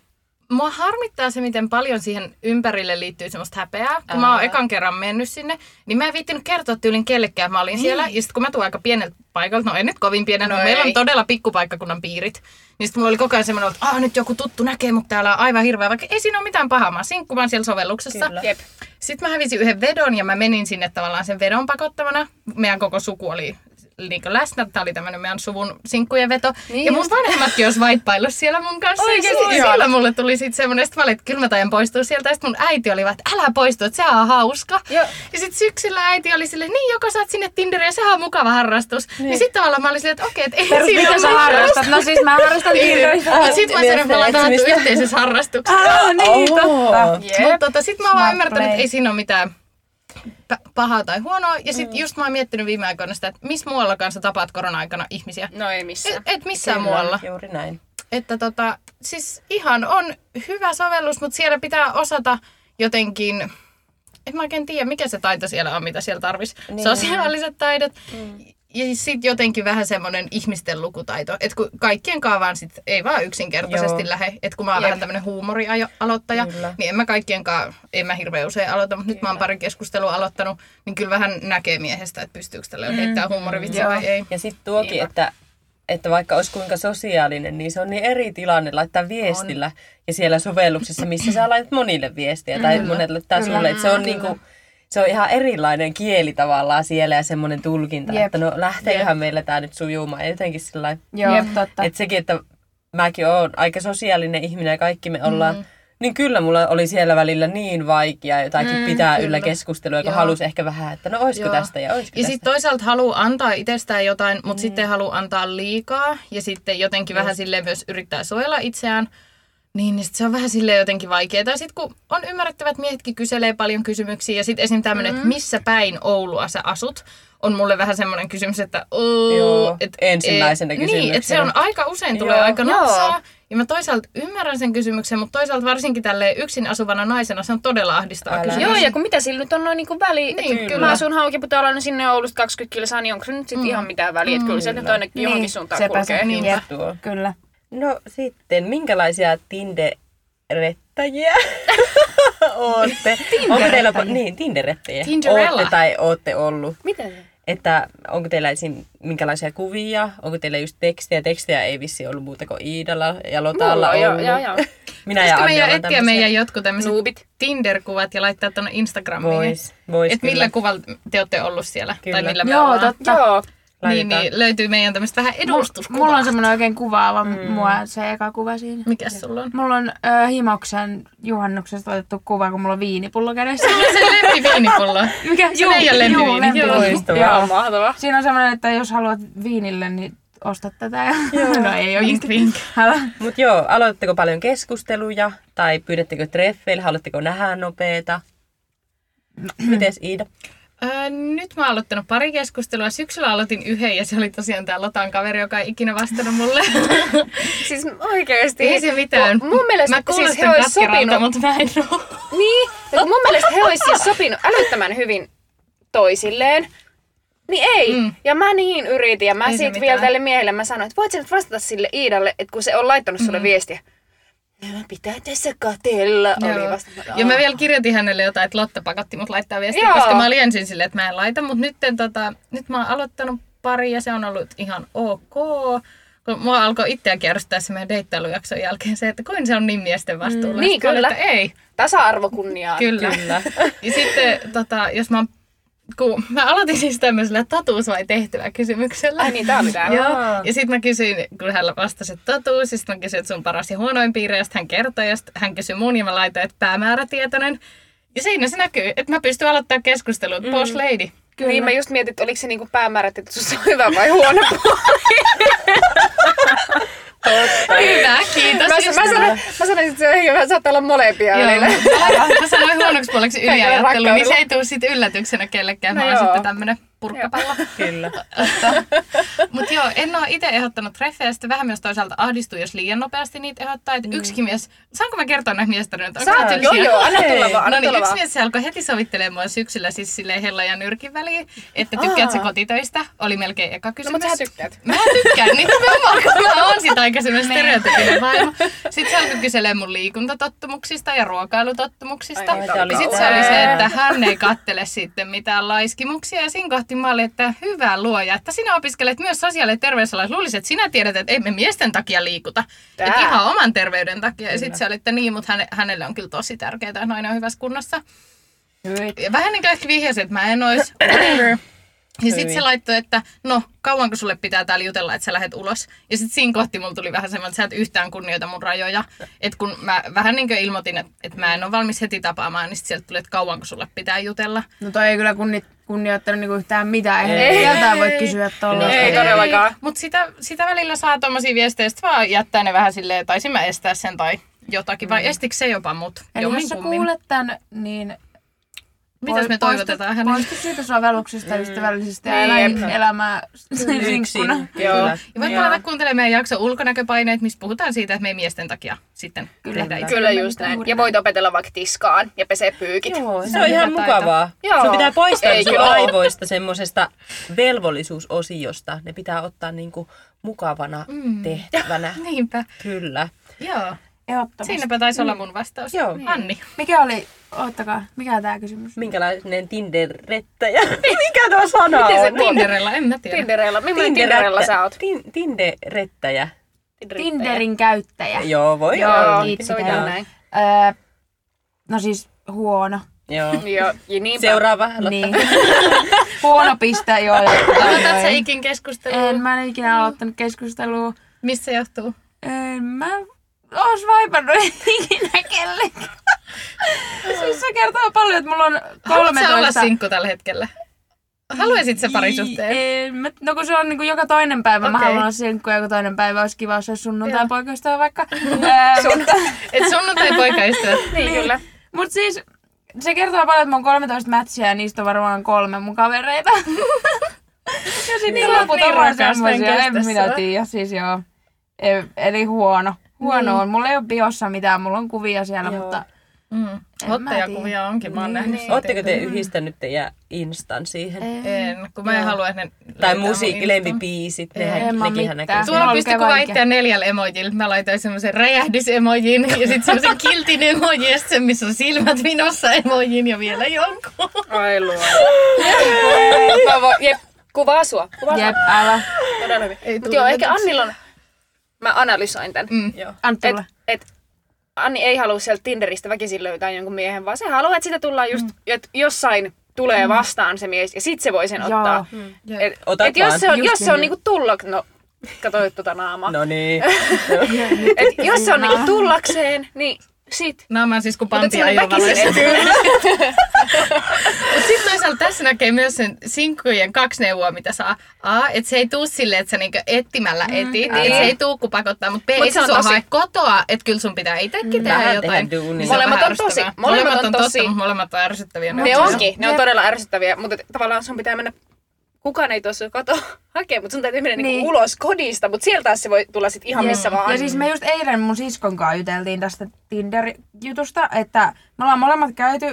Speaker 4: mua harmittaa se, miten paljon siihen ympärille liittyy semmoista häpeää. Kun mä oon ekan kerran mennyt sinne, niin mä en viittinyt kertoa tyylin kellekään. Mä olin siellä, ja sit kun mä tuun aika pieneltä paikalta, no en nyt kovin pieneltä,
Speaker 5: Niin. No
Speaker 4: no meillä
Speaker 5: ei.
Speaker 4: on todella pikkupaikkakunnan piirit. Niin sit mulla oli koko ajan semmoinen, että aah nyt joku tuttu näkee mut täällä on aivan hirveä, vaikka ei siinä ole mitään pahaa, mä oon sinkku, mä oon siellä sovelluksessa.
Speaker 3: Kyllä.
Speaker 5: Jep.
Speaker 4: Sitten mä hävisin yhden vedon ja mä menin sinne tavallaan sen vedon pakottamana. Meidän koko suku oli niin läsnä. Tämä oli tämmöinen meidän suvun sinkkujen veto.
Speaker 5: Niin
Speaker 4: Niin ja mun
Speaker 5: just.
Speaker 4: vanhemmatkin olisi vaippaillut siellä mun kanssa.
Speaker 5: Oikeesti
Speaker 4: ja
Speaker 5: ihana.
Speaker 4: sillä mulle tuli sitten semmoinen, että mä olin, että kyllä mä tajan poistua sieltä. Ja sitten mun äiti oli vaan, että älä poistu, että sehän on hauska.
Speaker 5: Joo.
Speaker 4: Ja sitten syksyllä äiti oli silleen, niin joko saat sinne Tinderiin ja sehän on mukava harrastus. Niin, sitten tavallaan mä olin silleen, että okei, että ei
Speaker 2: Perus,
Speaker 4: siinä Niin.
Speaker 2: mitä sä harrastat? No siis mä harrastan kirjoista.
Speaker 4: Ja sitten mä sanoin, että me ollaan tavattu
Speaker 3: Etsimistä.
Speaker 4: yhteisessä harrastuksessa.
Speaker 2: Ah, niin, totta.
Speaker 4: Mutta tota, sitten mä oon
Speaker 2: Smart
Speaker 4: vaan ymmärtänyt,
Speaker 2: play.
Speaker 4: että ei siinä ole mitään p- pahaa tai huonoa. Ja sitten just mä oon miettinyt viime aikoina sitä, että missä muualla kanssa tapaat korona-aikana ihmisiä.
Speaker 5: No ei missään.
Speaker 4: Et, et missään muualla.
Speaker 3: Juuri näin.
Speaker 4: Että tota, siis ihan on hyvä sovellus, mutta siellä pitää osata jotenkin, en mä oikein tiedä mikä se taito siellä on, mitä siellä tarvisi. Niin. Sosiaaliset taidot mm. ja sitten jotenkin vähän semmoinen ihmisten lukutaito. Että kun kaikkien kaavaan sit ei vaan yksinkertaisesti
Speaker 3: Joo.
Speaker 4: Joo. lähe. Että kun mä oon vähän tämmöinen huumorialoittaja,
Speaker 3: Kyllä.
Speaker 4: niin en mä kaikkien kaa, en mä hirveän usein aloita, mutta nyt mä oon pari keskustelua aloittanut, niin kyllä vähän näkee miehestä, että pystyykö tälle mm. heittää huumorivitsiä vai ei.
Speaker 3: Ja sitten tuokin, että, että vaikka olisi kuinka sosiaalinen, niin se on niin eri tilanne laittaa viestillä on. ja siellä sovelluksessa, missä sä laitat monille viestiä tai monet laittaa sulle. Että se on niinku, se on ihan erilainen kieli tavallaan siellä ja semmoinen tulkinta,
Speaker 2: Jep.
Speaker 3: Jep. että no lähteeköhän Jep. meillä tämä nyt sujumaan. Ja jotenkin sillä
Speaker 2: Joo, totta.
Speaker 3: että sekin, että mäkin oon aika sosiaalinen ihminen ja kaikki me ollaan, mm. niin kyllä mulla oli siellä välillä niin vaikea jotakin mm, pitää kyllä. yllä keskustelua, kun
Speaker 4: Joo.
Speaker 3: halusi ehkä vähän, että no oisko
Speaker 4: Joo.
Speaker 3: tästä ja oisko
Speaker 4: Ja
Speaker 3: tästä.
Speaker 4: sitten toisaalta haluaa antaa itsestään jotain, mutta mm. sitten haluaa antaa liikaa ja sitten jotenkin vähän silleen myös yrittää suojella itseään. Niin, niin sit se on vähän silleen jotenkin vaikeaa. Tai sitten kun on ymmärrettävä, että miehetkin kyselee paljon kysymyksiä ja sitten esim. tämmöinen,
Speaker 3: Mm-hmm.
Speaker 4: mm. että missä päin Oulua sä asut, on mulle vähän semmoinen kysymys, että
Speaker 3: Joo,
Speaker 4: ooo. Et,
Speaker 3: ensimmäisenä
Speaker 4: et, Niin,
Speaker 3: kysymyksenä.
Speaker 4: että se on aika usein tulee
Speaker 3: Joo.
Speaker 4: Joo. aika nopsaa. Ja mä toisaalta ymmärrän sen kysymyksen, mutta toisaalta varsinkin tälleen yksin asuvana naisena se on todella ahdistava
Speaker 3: Älä.
Speaker 4: kysymys.
Speaker 5: Joo, ja kun mitä sillä nyt on noin niinku väli, niin,
Speaker 4: Niin,
Speaker 5: kyllä.
Speaker 4: kyllä.
Speaker 5: mä asun Haukiputaalla, no sinne Oulusta 20 kilsaa, niin onko se nyt sitten mm. ihan mitään väliä, että kyllä se nyt ainakin niin, johonkin suuntaan
Speaker 2: sepä se.
Speaker 5: kulkee.
Speaker 2: Niin,
Speaker 3: Just
Speaker 2: jep,
Speaker 3: tuo.
Speaker 2: Kyllä.
Speaker 3: No sitten, minkälaisia Tinderettäjiä (laughs) ootte? Onko teillä, niin, Tinderettäjiä.
Speaker 4: Tinderella.
Speaker 3: Ootte tai ootte ollut.
Speaker 5: Mitä se?
Speaker 3: Että onko teillä esim. minkälaisiä kuvia, onko teillä just tekstiä. Tekstiä ei vissi ollut muuta kuin Iidalla ja Lotalla
Speaker 5: Mulla on,
Speaker 3: ollut.
Speaker 5: joo, joo, joo.
Speaker 3: (laughs) Minä ja
Speaker 4: Pitäisikö
Speaker 3: Anni
Speaker 4: meidän
Speaker 3: ollaan
Speaker 4: etsiä
Speaker 3: tämmöisiä.
Speaker 4: meidän jotkut tämmöiset
Speaker 5: Noobit.
Speaker 4: Tinder-kuvat ja laittaa tuonne Instagramiin?
Speaker 3: Vois, vois
Speaker 4: Et
Speaker 3: kyllä.
Speaker 4: millä kuvalla te olette ollut siellä?
Speaker 3: Kyllä.
Speaker 4: Tai millä me
Speaker 2: Joo,
Speaker 4: ollaan?
Speaker 2: totta.
Speaker 5: Joo.
Speaker 4: Niin,
Speaker 3: Laitetaan.
Speaker 4: niin, löytyy meidän tämmöistä vähän edustuskuvaa.
Speaker 2: Mulla on semmoinen oikein kuvaava mm. mua se eka kuva siinä.
Speaker 4: Mikäs sulla on?
Speaker 2: Mulla on ö, himoksen juhannuksesta otettu kuva, kun mulla on viinipullo kädessä.
Speaker 4: Se lempiviinipullo.
Speaker 2: Mikä?
Speaker 4: Se meidän lempiviini.
Speaker 2: lempiviini.
Speaker 3: Loistavaa.
Speaker 5: Joo,
Speaker 2: Joo.
Speaker 5: mahtavaa.
Speaker 2: Siinä on semmoinen, että jos haluat viinille, niin osta tätä. (laughs) no ei ole
Speaker 4: Wink, wink.
Speaker 2: Älä.
Speaker 3: Mut joo, aloitteko paljon keskusteluja tai pyydättekö treffeillä, haluatteko nähdä nopeeta? Mites Iida?
Speaker 4: Öö, nyt mä oon aloittanut pari keskustelua. Syksyllä aloitin yhden ja se oli tosiaan tää Lotan kaveri, joka ei ikinä vastannut
Speaker 5: (laughs)
Speaker 4: mulle.
Speaker 5: Siis oikeesti.
Speaker 4: ei se mitään.
Speaker 5: Mun, mun
Speaker 4: mä
Speaker 5: mielestä siis
Speaker 4: kuulostan
Speaker 5: he olisi
Speaker 4: katkeralta,
Speaker 5: sopinut.
Speaker 4: mutta mä en oo.
Speaker 5: Niin, mutta mun mielestä he olisi siis sopinut älyttömän hyvin toisilleen. Niin ei. Mm. Ja mä niin yritin ja mä
Speaker 4: Ei se
Speaker 5: siitä
Speaker 4: mitään.
Speaker 5: vielä tälle miehelle mä sanoin, että voit sä nyt vastata sille Iidalle, että kun se on laittanut sulle mm. viestiä. Nämä pitää tässä katella. Oli
Speaker 4: Joo.
Speaker 5: vasta.
Speaker 4: Ja mä vielä kirjoitin hänelle jotain, että Lotta pakotti mut laittaa viestiä,
Speaker 5: Joo.
Speaker 4: koska mä olin ensin silleen, että mä en laita. Mutta nyt, tota, nyt mä oon aloittanut pari ja se on ollut ihan ok. Kun mua alkoi itseä kierrostaa se meidän deittailujakson jälkeen se, että kuin se on niin miesten vastuulla.
Speaker 5: Niin,
Speaker 4: Sitten mä olin,
Speaker 5: kyllä.
Speaker 4: Että ei,
Speaker 5: Tasa-arvo kunniaan.
Speaker 4: kyllä. kyllä. (laughs) ja sitten tota, jos mä, kun mä aloitin siis tämmöisellä totuus vai tehtävä kysymyksellä.
Speaker 5: (laughs) Ai niin, tää oli tää.
Speaker 4: Joo. Ja sitten mä kysyin, kun hän vastasi, että totuus, ja sitten mä kysyin, että sun paras ja huonoin piirre, ja sitten hän kertoi, ja sitten hän kysyi mun, ja mä laitoin, että päämäärätietoinen. Ja siinä se näkyy, että mä pystyn aloittamaan keskustelun, mm. boss lady.
Speaker 5: Kyllä. Niin mä just mietin, että oliko se niinku päämäärätty, että susta on hyvä vai huono (laughs) puoli.
Speaker 4: Hyvä, kiitos.
Speaker 5: Mä, mä, sanoin, mä sanoin, että se on hyvä, saattaa olla molempia
Speaker 4: Joo.
Speaker 5: välillä.
Speaker 4: Mä sanoin huonoksi puoleksi yliajattelu, niin se ei tule sitten yllätyksenä kellekään.
Speaker 5: No
Speaker 4: mä oon
Speaker 5: joo.
Speaker 4: sitten tämmönen purkkapallo.
Speaker 3: Kyllä.
Speaker 4: Mutta joo, en ole itse ehdottanut treffejä, sitten vähän myös toisaalta ahdistuu, jos liian nopeasti niitä ehdottaa. Että yksikin mies, saanko mä kertoa näitä miestarinat? Onko
Speaker 5: Saat,
Speaker 4: ne
Speaker 5: Mm. joo
Speaker 4: tylsiä?
Speaker 5: joo, anna tulla vaan,
Speaker 4: No
Speaker 5: anna
Speaker 4: niin,
Speaker 5: tulla
Speaker 4: yksi
Speaker 5: vaan.
Speaker 4: mies se alkoi heti sovittelemaan mua syksyllä siis silleen hella ja nyrkin väliin, että tykkäätkö sä kotitöistä? Oli melkein eka
Speaker 5: No
Speaker 4: kysymys.
Speaker 5: mut sä tykkäät.
Speaker 4: Mä tykkään, niin nimenomaan kun mä oon sitä aikaisemmin stereotypinen vaimo. Sitten se alkoi kyselemään mun liikuntatottumuksista ja ruokailutottumuksista.
Speaker 5: Ai,
Speaker 3: tää oli
Speaker 4: ja sitten se oli
Speaker 3: kauhea.
Speaker 4: se, että hän ei kattele sitten mitään laiskimuksia. Ja siinä kohti mä olin, että hyvä luoja, että sinä opiskelet myös sosiaali- ja terveysalalla. Luulisin, että sinä tiedät, että ei me miesten takia liikuta.
Speaker 5: Tää.
Speaker 4: Että ihan oman terveyden takia. Ja sitten se oli, että niin, mutta häne, hänelle on kyllä tosi tärkeää, että nainen on hyvässä kunnossa. Ja vähän niin kuin ehkä vihjasin, että mä en olisi. Ja sitten se laittoi, että no, kauanko sulle pitää täällä jutella, että sä lähdet ulos. Ja sitten siinä kohti mulla tuli vähän semmoinen, että sä et yhtään kunnioita mun rajoja. Että kun mä vähän niin kuin ilmoitin, että, että mä en ole valmis heti tapaamaan, niin sitten sieltä tuli, että kauanko sulle pitää jutella.
Speaker 2: No toi ei kyllä kunni, kunnioittanut niinku yhtään mitään. Eihän ei. jotain voi kysyä tollaista.
Speaker 5: Ei todellakaan.
Speaker 4: Mutta sitä, sitä välillä saa tommosia viestejä, sit vaan jättää ne vähän silleen, taisin mä estää sen tai jotakin. Vai estikö se jopa mut?
Speaker 2: Mm. Eli jos sä
Speaker 4: Jomminkummin.
Speaker 2: kuulet tän, niin
Speaker 4: Mitäs me
Speaker 2: poistu-
Speaker 4: toivotetaan hänelle?
Speaker 2: Poistu siitä sovelluksesta ystävällisesti ja
Speaker 5: Niin,
Speaker 2: elä
Speaker 5: jep.
Speaker 4: (laughs)
Speaker 2: elämää
Speaker 3: Yksin.
Speaker 2: sinkkuna.
Speaker 3: Joo.
Speaker 4: Ja voit palata kuuntelemaan meidän jakson ulkonäköpaineet, missä puhutaan siitä, että me ei miesten takia sitten kyllä, tehdä itse.
Speaker 5: Kyllä just näin. Ja voit opetella vaikka tiskaan ja pesee pyykit.
Speaker 3: Joo, se on ihan
Speaker 4: hyvä
Speaker 3: mukavaa.
Speaker 5: Joo.
Speaker 3: Sun pitää poistaa
Speaker 5: Eikö
Speaker 3: sun
Speaker 5: oo?
Speaker 3: aivoista semmoisesta velvollisuusosiosta. Ne pitää ottaa niinku mukavana
Speaker 5: Mm. (laughs)
Speaker 3: tehtävänä.
Speaker 4: Niinpä.
Speaker 3: Kyllä.
Speaker 4: Joo.
Speaker 2: Ehdottomasti.
Speaker 4: Siinäpä taisi olla mun vastaus.
Speaker 3: Joo.
Speaker 4: Niin. Anni.
Speaker 2: Mikä oli, oottakaa, mikä tää kysymys?
Speaker 3: Minkälainen
Speaker 5: (laughs)
Speaker 3: Tinder-rettäjä? Mikä tuo sana
Speaker 5: Miten se
Speaker 3: on? Niin,
Speaker 4: Tinderella, en mä tiedä.
Speaker 5: Tinderella. Millainen Tinderella sä oot?
Speaker 3: Tin- Tinder-rettäjä.
Speaker 2: Tinderin käyttäjä.
Speaker 3: Joo, voi
Speaker 5: Joo,
Speaker 3: olla.
Speaker 5: se on
Speaker 2: Joo.
Speaker 5: ihan näin.
Speaker 2: Öö, no siis huono.
Speaker 3: Joo.
Speaker 5: Joo, ja niinpä.
Speaker 3: Seuraava. Lotta.
Speaker 2: Niin. (laughs) huono piste, joo.
Speaker 4: Aloitat sä ikin keskustelua?
Speaker 2: En mä en ikinä aloittanut keskustelua.
Speaker 4: Mistä se johtuu?
Speaker 2: En mä ois (laughs) vaipannut ikinä kellekään. siis se kertoo paljon, että mulla on
Speaker 4: Haluatko sä olla
Speaker 2: 13...
Speaker 4: sinkku tällä hetkellä? Haluaisit sä parisuhteen?
Speaker 2: Ei, mä- No kun se on niin kuin joka toinen päivä, okay. mä
Speaker 4: Okei.
Speaker 2: haluan olla sinkku ja joka toinen päivä olisi kiva, jos se olisi sunnuntai poikaystävä vaikka. Ää, mutta,
Speaker 4: Et sunnuntai poikaystävät.
Speaker 5: (laughs) Niin, kyllä.
Speaker 2: mutta siis se kertoo paljon, että mun on 13 matchia ja niistä on varmaan kolme mun kavereita. (laughs) ja sitten niin, loput
Speaker 4: niin
Speaker 2: on vaan
Speaker 4: rakas, mä en
Speaker 2: semmosia, en
Speaker 4: kestä
Speaker 2: minä
Speaker 4: sua.
Speaker 2: tiedä, siis joo. E- eli huono. Huono on. Mulla ei ole biossa mitään, mulla on kuvia siellä,
Speaker 3: Joo.
Speaker 2: mutta
Speaker 4: Mm.
Speaker 2: En mä
Speaker 4: Ottajakuvia onkin, mä oon
Speaker 2: Niin.
Speaker 4: nähnyt.
Speaker 3: Ootteko te yhdistänyt teidän instan siihen?
Speaker 4: En, kun mä en halua, että ne löytää
Speaker 3: Tai
Speaker 4: mun
Speaker 3: musiikki,
Speaker 4: Instan.
Speaker 3: lempibiisit,
Speaker 2: en
Speaker 3: nehän,
Speaker 2: mä
Speaker 3: nekinhän näkyy.
Speaker 2: mitään.
Speaker 4: Tuolla
Speaker 2: Joo,
Speaker 4: pystyi
Speaker 2: lukee
Speaker 4: kuvaa
Speaker 2: vaikea.
Speaker 4: itseään neljällä emojilla. Mä laitoin semmoisen räjähdysemojin ja sitten semmoisen kiltin emoji ja sit sen, missä on silmät minossa emojin ja vielä jonkun.
Speaker 5: Ai luo. (laughs) Mä voin, jep, kuvaa sua. Kuvaa
Speaker 2: jep, älä.
Speaker 5: sua todella hyvin. Mut joo, ehkä Annilla on... Mä analysoin tän.
Speaker 4: Mm.
Speaker 2: Antti
Speaker 5: Et,
Speaker 2: tulee.
Speaker 5: et, Anni ei halua sieltä Tinderistä väkisin löytää jonkun miehen, vaan se haluaa, että sitä tullaan just, mm. että jossain tulee
Speaker 2: Mm.
Speaker 5: vastaan se mies ja sit se voi sen
Speaker 2: Joo.
Speaker 5: ottaa.
Speaker 4: Jep.
Speaker 5: Et,
Speaker 3: Otat
Speaker 5: et jos
Speaker 3: vaan.
Speaker 5: se on,
Speaker 2: Mm. Just
Speaker 5: jos se
Speaker 2: niin.
Speaker 5: on niinku tullak... No, katsoit tota naamaa.
Speaker 3: No niin.
Speaker 5: Et jos se on niinku tullakseen, niin sit.
Speaker 4: Nämä siis kun
Speaker 5: Mutta
Speaker 4: pantia
Speaker 5: sillä väkisin
Speaker 4: (laughs) ajovaloissa.
Speaker 5: etyy.
Speaker 4: Mutta sitten toisaalta tässä näkee myös sen sinkkujen kaksi neuvoa, mitä saa. A, että se ei tuu silleen, että sä niinku etsimällä etit. Mm, se ei tuu, kun pakottaa, mutta B,
Speaker 5: Mut
Speaker 4: ei
Speaker 5: se
Speaker 4: se
Speaker 5: on
Speaker 4: sua
Speaker 5: tosi-
Speaker 4: hae kotoa. Että kyllä sun pitää itsekin tehdä
Speaker 3: Vähän
Speaker 4: jotain.
Speaker 3: tehdä duunia.
Speaker 4: Niin se on
Speaker 5: Molemmat
Speaker 4: vähän
Speaker 5: on tosi-
Speaker 4: ärsyttävää.
Speaker 5: molemmat on tosi-
Speaker 4: mutta molemmat on ärsyttäviä.
Speaker 5: Ne
Speaker 4: on.
Speaker 5: onkin, ne on todella ärsyttäviä, mutta et tavallaan sun pitää mennä, kukaan ei tuossa kato hakee, mutta sun täytyy mennä niinku
Speaker 2: Niin.
Speaker 5: ulos kodista, mutta sieltä taas se voi tulla sit ihan missä vaan.
Speaker 2: Ja siis me just eilen mun siskon kanssa juteltiin tästä Tinder-jutusta, että me ollaan molemmat käyty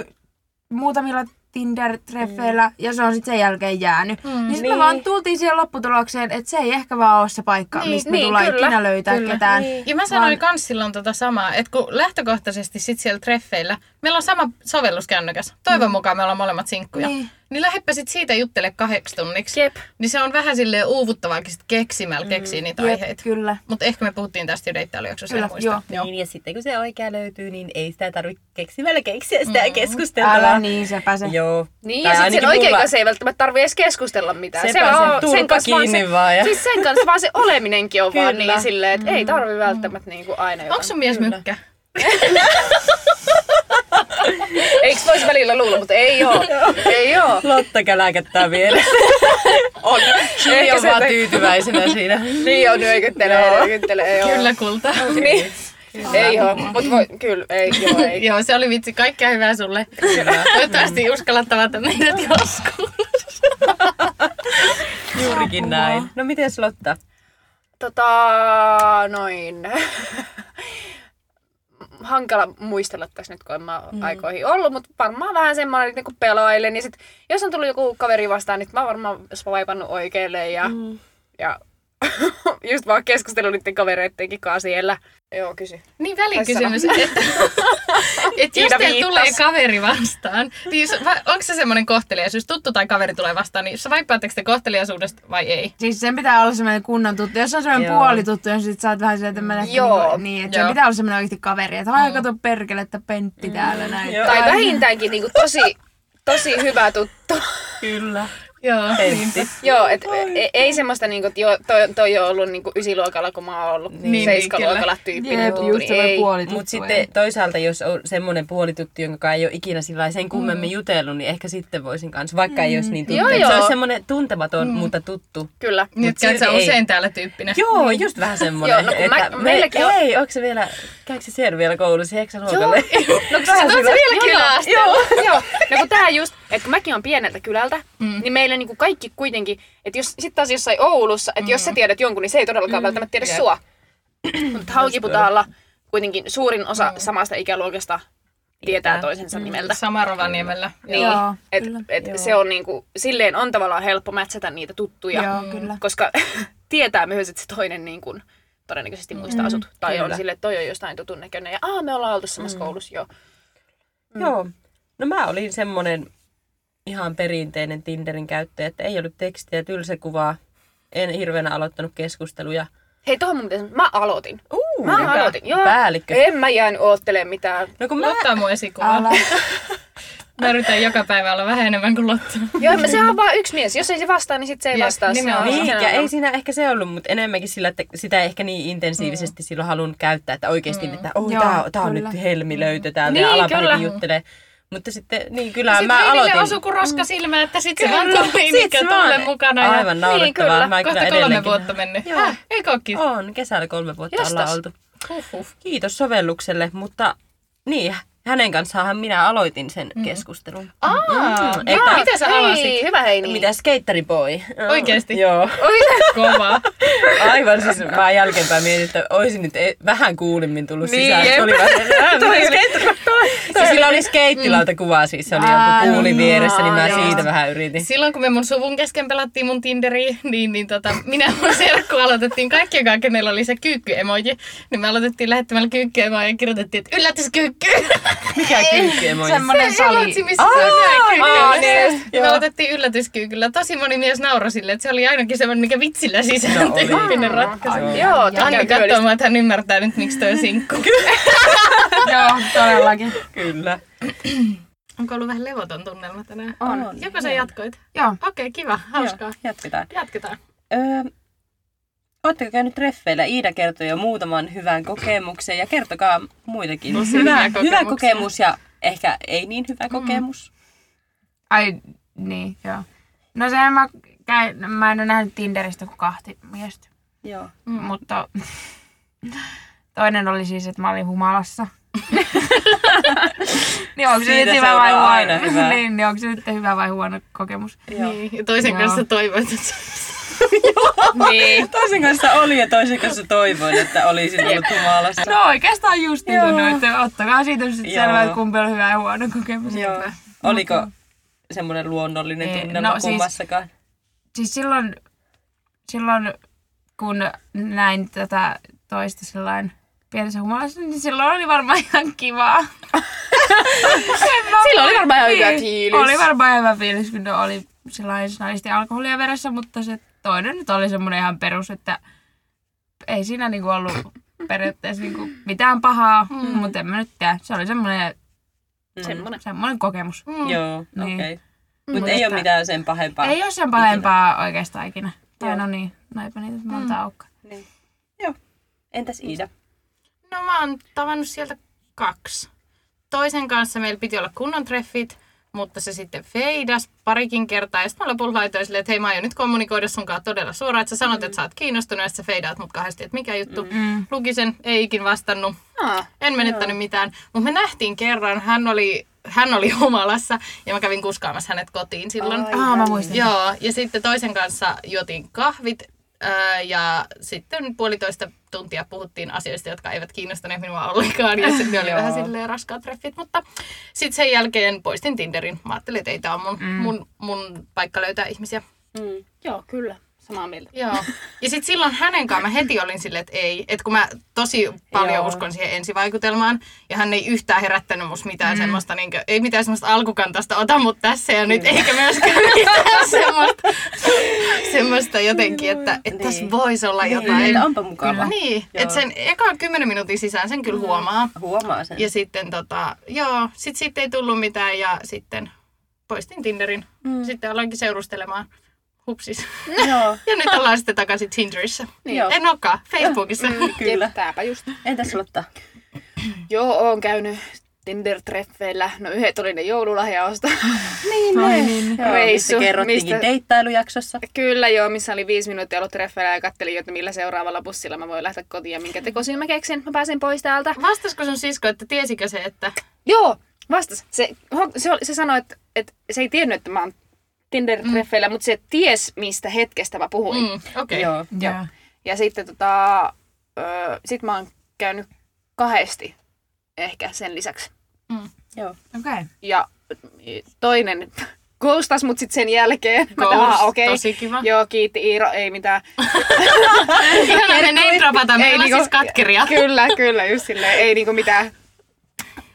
Speaker 2: muutamilla Tinder-treffeillä mm. ja se on sitten sen jälkeen jäänyt. Mm, niin sitten niin. me vaan tultiin siihen lopputulokseen, että se ei ehkä vaan ole se paikka, niin, mistä niin,
Speaker 5: niin,
Speaker 2: me tullaan
Speaker 5: kyllä,
Speaker 2: ikinä löytää
Speaker 4: kyllä.
Speaker 2: kyllä, ketään. Niin.
Speaker 4: Ja mä sanoin kans silloin tota samaa, että kun lähtökohtaisesti sit siellä treffeillä, meillä on sama sovellus kännykäs. Toivon mukaan me ollaan molemmat sinkkuja. Niin.
Speaker 2: Mm. Niin.
Speaker 4: Niin lähdepä sit siitä juttele kahdeksi tunniksi.
Speaker 5: Jep.
Speaker 4: Niin se on vähän silleen uuvuttavaakin sit keksimällä keksiä niitä
Speaker 2: Mm. Jep,
Speaker 4: aiheita.
Speaker 2: kyllä.
Speaker 4: Mutta ehkä me puhuttiin tästä jo deittailujaksossa, en
Speaker 2: Kyllä,
Speaker 4: muista.
Speaker 2: joo.
Speaker 3: Niin, ja sitten kun se oikea löytyy, niin ei sitä tarvitse keksimällä keksiä sitä mm. keskustelua.
Speaker 2: Älä niin, sepä se.
Speaker 3: Joo.
Speaker 5: Niin,
Speaker 3: Tai
Speaker 5: ja sitten sen
Speaker 3: ainakin
Speaker 5: oikein
Speaker 3: mulla-
Speaker 5: kanssa ei välttämättä tarvii edes keskustella mitään.
Speaker 3: Sepä se,
Speaker 5: on-
Speaker 3: tulpa kiinni
Speaker 5: se,
Speaker 3: vaan ja-
Speaker 5: Siis sen kanssa vaan se oleminenkin on vaan
Speaker 3: Kyllä. Mm.
Speaker 5: niin silleen, että ei tarvi välttämättä niinku aina jotain.
Speaker 4: Onko sun mies mykkä?
Speaker 5: Eikö voisi välillä luulla, mutta ei oo. ei oo.
Speaker 3: Lotta käläkättää
Speaker 5: (laughs)
Speaker 3: vielä.
Speaker 5: On.
Speaker 3: Ei ole
Speaker 5: se-
Speaker 3: vaan tyytyväisenä
Speaker 5: (laughs)
Speaker 3: siinä.
Speaker 5: Niin on, nyökyttelee, nyökyttelee, ei oo.
Speaker 4: Kyllä kulta.
Speaker 5: Niin. Ei oo, mut voi, kyllä, ei, joo, ei.
Speaker 4: Joo, se oli vitsi. Kaikkea hyvää sulle.
Speaker 2: Mm.
Speaker 4: Toivottavasti uskallat tavata meidät joskus.
Speaker 3: Juurikin näin. No mites Lotta?
Speaker 5: Tota, noin. (laughs) Hankala muistella tässä nyt, kun en mä mm. aikoihin ollut, mutta varmaan vähän semmoinen, että niinku pelailen. Ja sit, jos on tullut joku kaveri vastaan, niin mä oon varmaan jos mä vaipannut oikealle ja, mm. ja (laughs) just vaan keskustellut niiden kavereittenkin kanssa siellä. Joo, kysy.
Speaker 4: Niin välikysymys, että, (laughs) että jos teillä
Speaker 5: Iida viittasi.
Speaker 4: tulee kaveri vastaan, niin jos- vai- onko se semmoinen kohteliaisuus, tuttu tai kaveri tulee vastaan, niin sä vaippaatteko te kohteliaisuudesta vai ei?
Speaker 2: Siis sen pitää olla semmoinen kunnon tuttu. Jos on semmoinen
Speaker 3: Joo.
Speaker 2: puoli tuttu, niin sit sä oot vähän sieltä mennä
Speaker 5: Joo.
Speaker 2: niinku, niin, että
Speaker 4: Joo.
Speaker 2: sen pitää olla semmoinen oikeasti kaveri. Että aika kato perkele, että Pentti täällä näin.
Speaker 3: Joo.
Speaker 5: Tai vähintäänkin niinku tosi, tosi hyvä tuttu. (laughs)
Speaker 3: Kyllä.
Speaker 4: Joo,
Speaker 3: Pentti.
Speaker 5: Joo, et e- ei semmoista, niinku, että joo, toi, toi on ollut niinku ysiluokalla, kun mä oon ollut
Speaker 4: niin,
Speaker 5: niin, seiskaluokalla tyyppinen.
Speaker 2: Jep,
Speaker 5: kulttuuri.
Speaker 2: just semmoinen
Speaker 5: Ei.
Speaker 2: puolituttu.
Speaker 3: Mutta sitten toisaalta, jos on semmoinen puolituttu, jonka kanssa ei ole ikinä sillä sen kummemmin jutellut, niin ehkä sitten voisin kanssa, vaikka ei olisi niin
Speaker 5: Mm. Joo,
Speaker 3: tuntematon. Se
Speaker 5: joo. Mm.
Speaker 3: on semmoinen tuntematon, mutta tuttu.
Speaker 5: Kyllä.
Speaker 4: nyt
Speaker 3: Mut
Speaker 4: käyt sä
Speaker 3: silti ei.
Speaker 4: usein täällä tyyppinä.
Speaker 3: Joo, just vähän semmoinen.
Speaker 5: Niin. Joo, no kun mä- meilläkin on-
Speaker 3: Ei, onko se vielä, käykö se siellä vielä koulussa, eikö se luokalle?
Speaker 5: (laughs) No kun sä oot
Speaker 3: sillä-
Speaker 5: vieläkin yläasteella. Joo. No kun tää just, että kun mäkin on pieneltä kylältä, mm. niin meillä niinku kaikki kuitenkin, että jos sit taas jossain Oulussa, että jos sä tiedät jonkun, niin se ei todellakaan mm. välttämättä tiedä
Speaker 4: Jep.
Speaker 5: sua. Mutta Haukiputaalla kuitenkin suurin osa mm. samasta ikäluokasta tietää toisensa nimeltä.
Speaker 4: Sama Rovaniemellä.
Speaker 5: Niin,
Speaker 2: Joo,
Speaker 5: et,
Speaker 2: kyllä.
Speaker 5: et se on niinku, silleen on tavallaan helppo mätsätä niitä tuttuja,
Speaker 2: Joo, kyllä.
Speaker 5: koska (laughs) tietää myös, että se toinen niin kun, todennäköisesti muista mm, asut. Tai
Speaker 3: kyllä.
Speaker 5: on silleen, että toi on jostain tutun näköinen ja aah, me ollaan oltu samassa mm. koulussa, joo.
Speaker 3: Joo. No mä olin semmoinen ihan perinteinen Tinderin käyttäjä, että ei ollut tekstiä, tylsä kuvaa. En hirveänä aloittanut keskusteluja.
Speaker 5: Hei, tohon mun pitäisi, mä aloitin.
Speaker 3: Uu,
Speaker 5: Mä aloitin, joo.
Speaker 3: Päällikkö.
Speaker 5: En mä jäänyt oottelemaan mitään.
Speaker 3: No kun mä...
Speaker 4: Lotta on mun esikuva.
Speaker 2: Älä.
Speaker 4: (laughs) Mä yritän joka päivä olla vähän enemmän kuin Lotta.
Speaker 5: Joo, mä, se on vaan yksi mies. Jos ei se vastaa, niin sit se ei
Speaker 4: Jep,
Speaker 5: vastaa. Se on,
Speaker 4: nimenomaan.
Speaker 5: se
Speaker 3: Niin,
Speaker 5: on-
Speaker 3: ja ei siinä ehkä se ollut, mutta enemmänkin sillä, että sitä ei ehkä niin intensiivisesti mm. silloin halunnut käyttää, että oikeasti, mm. että oh,
Speaker 2: Joo,
Speaker 3: tää, on- tää on
Speaker 2: kyllä.
Speaker 3: nyt helmi löytö täällä
Speaker 5: Niin,
Speaker 3: ja
Speaker 5: kyllä.
Speaker 3: alaparikin juttelee. Mutta sitten, niin kyllä
Speaker 4: Sitten
Speaker 3: mä
Speaker 4: Niinille
Speaker 3: aloitin.
Speaker 4: osuu kuin roska silmään, että sit se vaan
Speaker 3: Kyllä,
Speaker 4: tuli
Speaker 3: sit
Speaker 4: mikä
Speaker 3: se
Speaker 4: tuulen
Speaker 3: vaan.
Speaker 4: mukana. ja
Speaker 3: Aivan naurettavaa.
Speaker 4: kyllä.
Speaker 3: Mä Niin, kyllä
Speaker 4: Kohta kolme
Speaker 3: edelleenkin-
Speaker 4: vuotta mennyt.
Speaker 3: Joo.
Speaker 4: Häh, Ei kokki.
Speaker 3: On, kesällä kolme vuotta
Speaker 5: Jostas.
Speaker 3: ollaan oltu.
Speaker 4: Huhhuh.
Speaker 3: Kiitos sovellukselle, mutta niin, hänen kanssaan minä aloitin sen mm. keskustelun.
Speaker 4: Aa,
Speaker 3: Mm, että-
Speaker 4: joo, Mitä sä
Speaker 5: Hei,
Speaker 4: avasit?
Speaker 5: hyvä Heini.
Speaker 3: Mitä skateriboy?
Speaker 4: niin. Oikeesti?
Speaker 3: (laughs) Joo.
Speaker 4: Kovaa.
Speaker 3: Aivan siis mä jälkeenpäin mietin, että olisin nyt e- vähän kuulimmin tullut
Speaker 4: Niin,
Speaker 3: sisään.
Speaker 4: jep.
Speaker 3: Se oli
Speaker 4: (laughs)
Speaker 3: vähän, toi siis sillä oli skeittilautakuvaa siis, se oli joku puuli vieressä, niin mä siitä vähän yritin.
Speaker 4: Silloin kun me mun suvun kesken pelattiin mun Tinderiä, (laughs) niin, niin tota, minä ja mun serkku aloitettiin kaikki, joka kenellä oli se kyykkyemoji. Niin me aloitettiin lähettämällä kyykkyemoja ja kirjoitettiin, että yllätyskyykky.
Speaker 3: (laughs) Mikä kyykky
Speaker 2: Semmoinen
Speaker 4: Ruotsi,
Speaker 2: sali.
Speaker 4: missä se on näin
Speaker 3: aa,
Speaker 4: kyykkyemojia.
Speaker 3: niin,
Speaker 4: Me
Speaker 3: joo.
Speaker 4: aloitettiin yllätyskyykyllä. Tosi moni mies nauroi sille, että se oli ainakin semmoinen, mikä vitsillä sisään
Speaker 3: No oli.
Speaker 4: tyyppinen ratkaisu.
Speaker 5: Joo, tämä
Speaker 4: Anni
Speaker 5: käy
Speaker 4: katsoo
Speaker 5: työllistä.
Speaker 4: mua, että hän ymmärtää nyt, miksi toi on (laughs) sinkku.
Speaker 2: Joo, todellakin.
Speaker 3: Kyllä.
Speaker 4: Onko ollut vähän levoton tunnelma tänään?
Speaker 2: On.
Speaker 4: Joko sä jatkoit?
Speaker 2: Joo.
Speaker 4: Okei, kiva. Hauskaa.
Speaker 3: Jatketaan.
Speaker 4: Jatketaan.
Speaker 3: Öö, Oletteko käynyt treffeillä? Iida kertoi jo muutaman hyvän kokemuksen ja kertokaa muitakin.
Speaker 4: Tosi
Speaker 3: hyvä,
Speaker 4: hyviä
Speaker 3: hyvä
Speaker 4: kokemuksia.
Speaker 3: kokemus ja ehkä ei niin hyvä kokemus.
Speaker 2: Ai, niin, joo. No sehän mä, käyn, mä en ole nähnyt Tinderistä kuin kahti miestä.
Speaker 3: Mm. Joo.
Speaker 2: Mm. Mutta toinen oli siis, että mä olin
Speaker 3: (laughs)
Speaker 2: humalassa. niin onko se
Speaker 3: Siitä
Speaker 2: nyt hyvä vai
Speaker 3: seuraa
Speaker 2: huono?
Speaker 3: aina
Speaker 2: (laughs)
Speaker 3: hyvää.
Speaker 2: niin, niin onko se nyt hyvä vai huono kokemus?
Speaker 3: Joo.
Speaker 4: Niin, ja toisen
Speaker 2: Joo.
Speaker 4: kanssa toivoit, että
Speaker 3: (laughs)
Speaker 5: Niin.
Speaker 3: Toisen kanssa oli ja toisen kanssa toivoin, että olisin ollut humalassa.
Speaker 2: No oikeastaan just niin kuin noin, että ottakaa siitä sitten
Speaker 3: Joo.
Speaker 2: selvää, että kumpi on hyvä ja huono kokemus.
Speaker 3: Joo. Oliko semmoinen luonnollinen
Speaker 2: Ei,
Speaker 3: tunnelma
Speaker 2: no siis-
Speaker 3: kummassakaan?
Speaker 2: Siis silloin, silloin kun näin tätä toista sellainen pienessä humalassa, niin silloin oli varmaan ihan kivaa. En mä-
Speaker 5: (laughs) Silloin oli varmaan ihan hyvä
Speaker 2: Niin,
Speaker 5: fiilis.
Speaker 2: Oli varmaan hyvä fiilis, kun ne oli sellainen snaristi alkoholia veressä, mutta se toinen nyt oli semmoinen ihan perus, että ei siinä niinku ollut periaatteessa niinku mitään pahaa, mm. mutta en mä nyt tiedä. Se oli semmoinen,
Speaker 5: Semmoinen.
Speaker 2: semmoinen kokemus.
Speaker 3: Mm. Joo, okei.
Speaker 2: Niin.
Speaker 3: Okay. Mutta ei ole
Speaker 2: Mutta-
Speaker 3: mitään sen pahempaa.
Speaker 2: Ei ole sen pahempaa oikeastaan ikinä. Ja no niin, näinpä niitä monta mm. aukkaa.
Speaker 3: Niin. Joo. Entäs Iida?
Speaker 4: No mä oon tavannut sieltä kaksi. Toisen kanssa meillä piti olla kunnon treffit, mutta se sitten feidas parikin kertaa. Ja sitten mä lopulta laitoin silleen, että hei mä aion nyt kommunikoida sunkaan todella suoraan. Että sä sanot, että sä oot kiinnostunut ja sit sä feidaat mut kahdesti, että mikä juttu. Mm. Luki sen, ei ikin vastannut.
Speaker 5: Aa,
Speaker 4: En menettänyt mitään, mutta me nähtiin kerran, hän oli, hän oli (laughs) humalassa ja mä kävin kuskaamassa hänet kotiin silloin.
Speaker 2: Ah, mä muistan.
Speaker 4: Joo, ja sitten toisen kanssa juotiin kahvit ää, ja sitten puolitoista tuntia puhuttiin asioista, jotka eivät kiinnostaneet minua ollenkaan. Ja sitten oli vähän silleen raskaat treffit, mutta sitten sen jälkeen poistin Tinderin. Mä ajattelin, että ei tää on mun, mm. mun, mun paikka löytää ihmisiä.
Speaker 5: Mm. Joo, kyllä. Samaa mieltä.
Speaker 4: Joo. Ja sitten silloin hänen kanssaan mä heti olin silleen, että ei. Että kun mä tosi paljon
Speaker 3: Joo.
Speaker 4: Joo. uskon siihen ensivaikutelmaan. Ja hän ei yhtään herättänyt musta mitään mm. semmoista, niin kuin, ei mitään semmoista alkukantaista ota mut tässä ja nyt. Eikä
Speaker 3: (laughs)
Speaker 4: myöskään mitään semmoista, semmoista jotenkin, että, että
Speaker 3: Niin.
Speaker 4: tässä voisi olla jotain.
Speaker 3: Niin, että onpa mukava.
Speaker 4: Niin, että sen ekan kymmenen minuutin sisään sen
Speaker 3: Mm.
Speaker 4: kyllä huomaa.
Speaker 3: Huomaa sen.
Speaker 4: Ja sitten tota, joo, sit siitä ei tullut mitään ja sitten poistin Tinderin. Mm. Sitten aloinkin seurustelemaan. Hupsis.
Speaker 3: Joo,
Speaker 4: Ja nyt ollaan sitten takaisin Tinderissä.
Speaker 3: Niin. Mm. Joo.
Speaker 4: En olekaan, Facebookissa.
Speaker 3: (laughs) kyllä.
Speaker 5: Jep, tääpä just.
Speaker 3: Entäs Lotta?
Speaker 5: Joo, oon käynyt Tinder-treffeillä. No yhdet oli ne joululahjaosta.
Speaker 3: Niin, Ai, niin. Joo,
Speaker 5: Reissu,
Speaker 3: mistä kerrottiinkin
Speaker 5: mistä-
Speaker 3: deittailujaksossa.
Speaker 5: (laughs) Kyllä joo, missä oli viisi minuuttia ollut treffeillä ja kattelin, että millä seuraavalla bussilla mä voin lähteä kotiin ja minkä tekosin mä keksin. Mä pääsen pois täältä.
Speaker 4: Vastasiko sun sisko, että tiesikö se, että...
Speaker 5: Joo, vastas. Se, ho- se, oli- se sanoi, että, että se ei tiennyt, että mä oon Tinder-treffeillä, mm. mutta se ties, mistä hetkestä mä puhuin. Mm.
Speaker 4: Mm, Okei. Okay.
Speaker 3: Joo.
Speaker 2: Joo.
Speaker 5: Ja sitten tota, ö, sit mä oon käynyt kahdesti ehkä sen lisäksi.
Speaker 3: Joo.
Speaker 2: Okei. Okay.
Speaker 5: Ja toinen (laughs) ghostas mut sit sen jälkeen. Mä
Speaker 4: Ghost,
Speaker 5: tän, "Aha, okei.
Speaker 4: tosi kiva.
Speaker 5: Joo, kiitti Iiro, ei mitään.
Speaker 4: Ihana me intropata, meillä on
Speaker 5: niinku-
Speaker 4: siis katkeria.
Speaker 5: (laughs) Kyllä, kyllä, just silleen. Ei niinku mitään.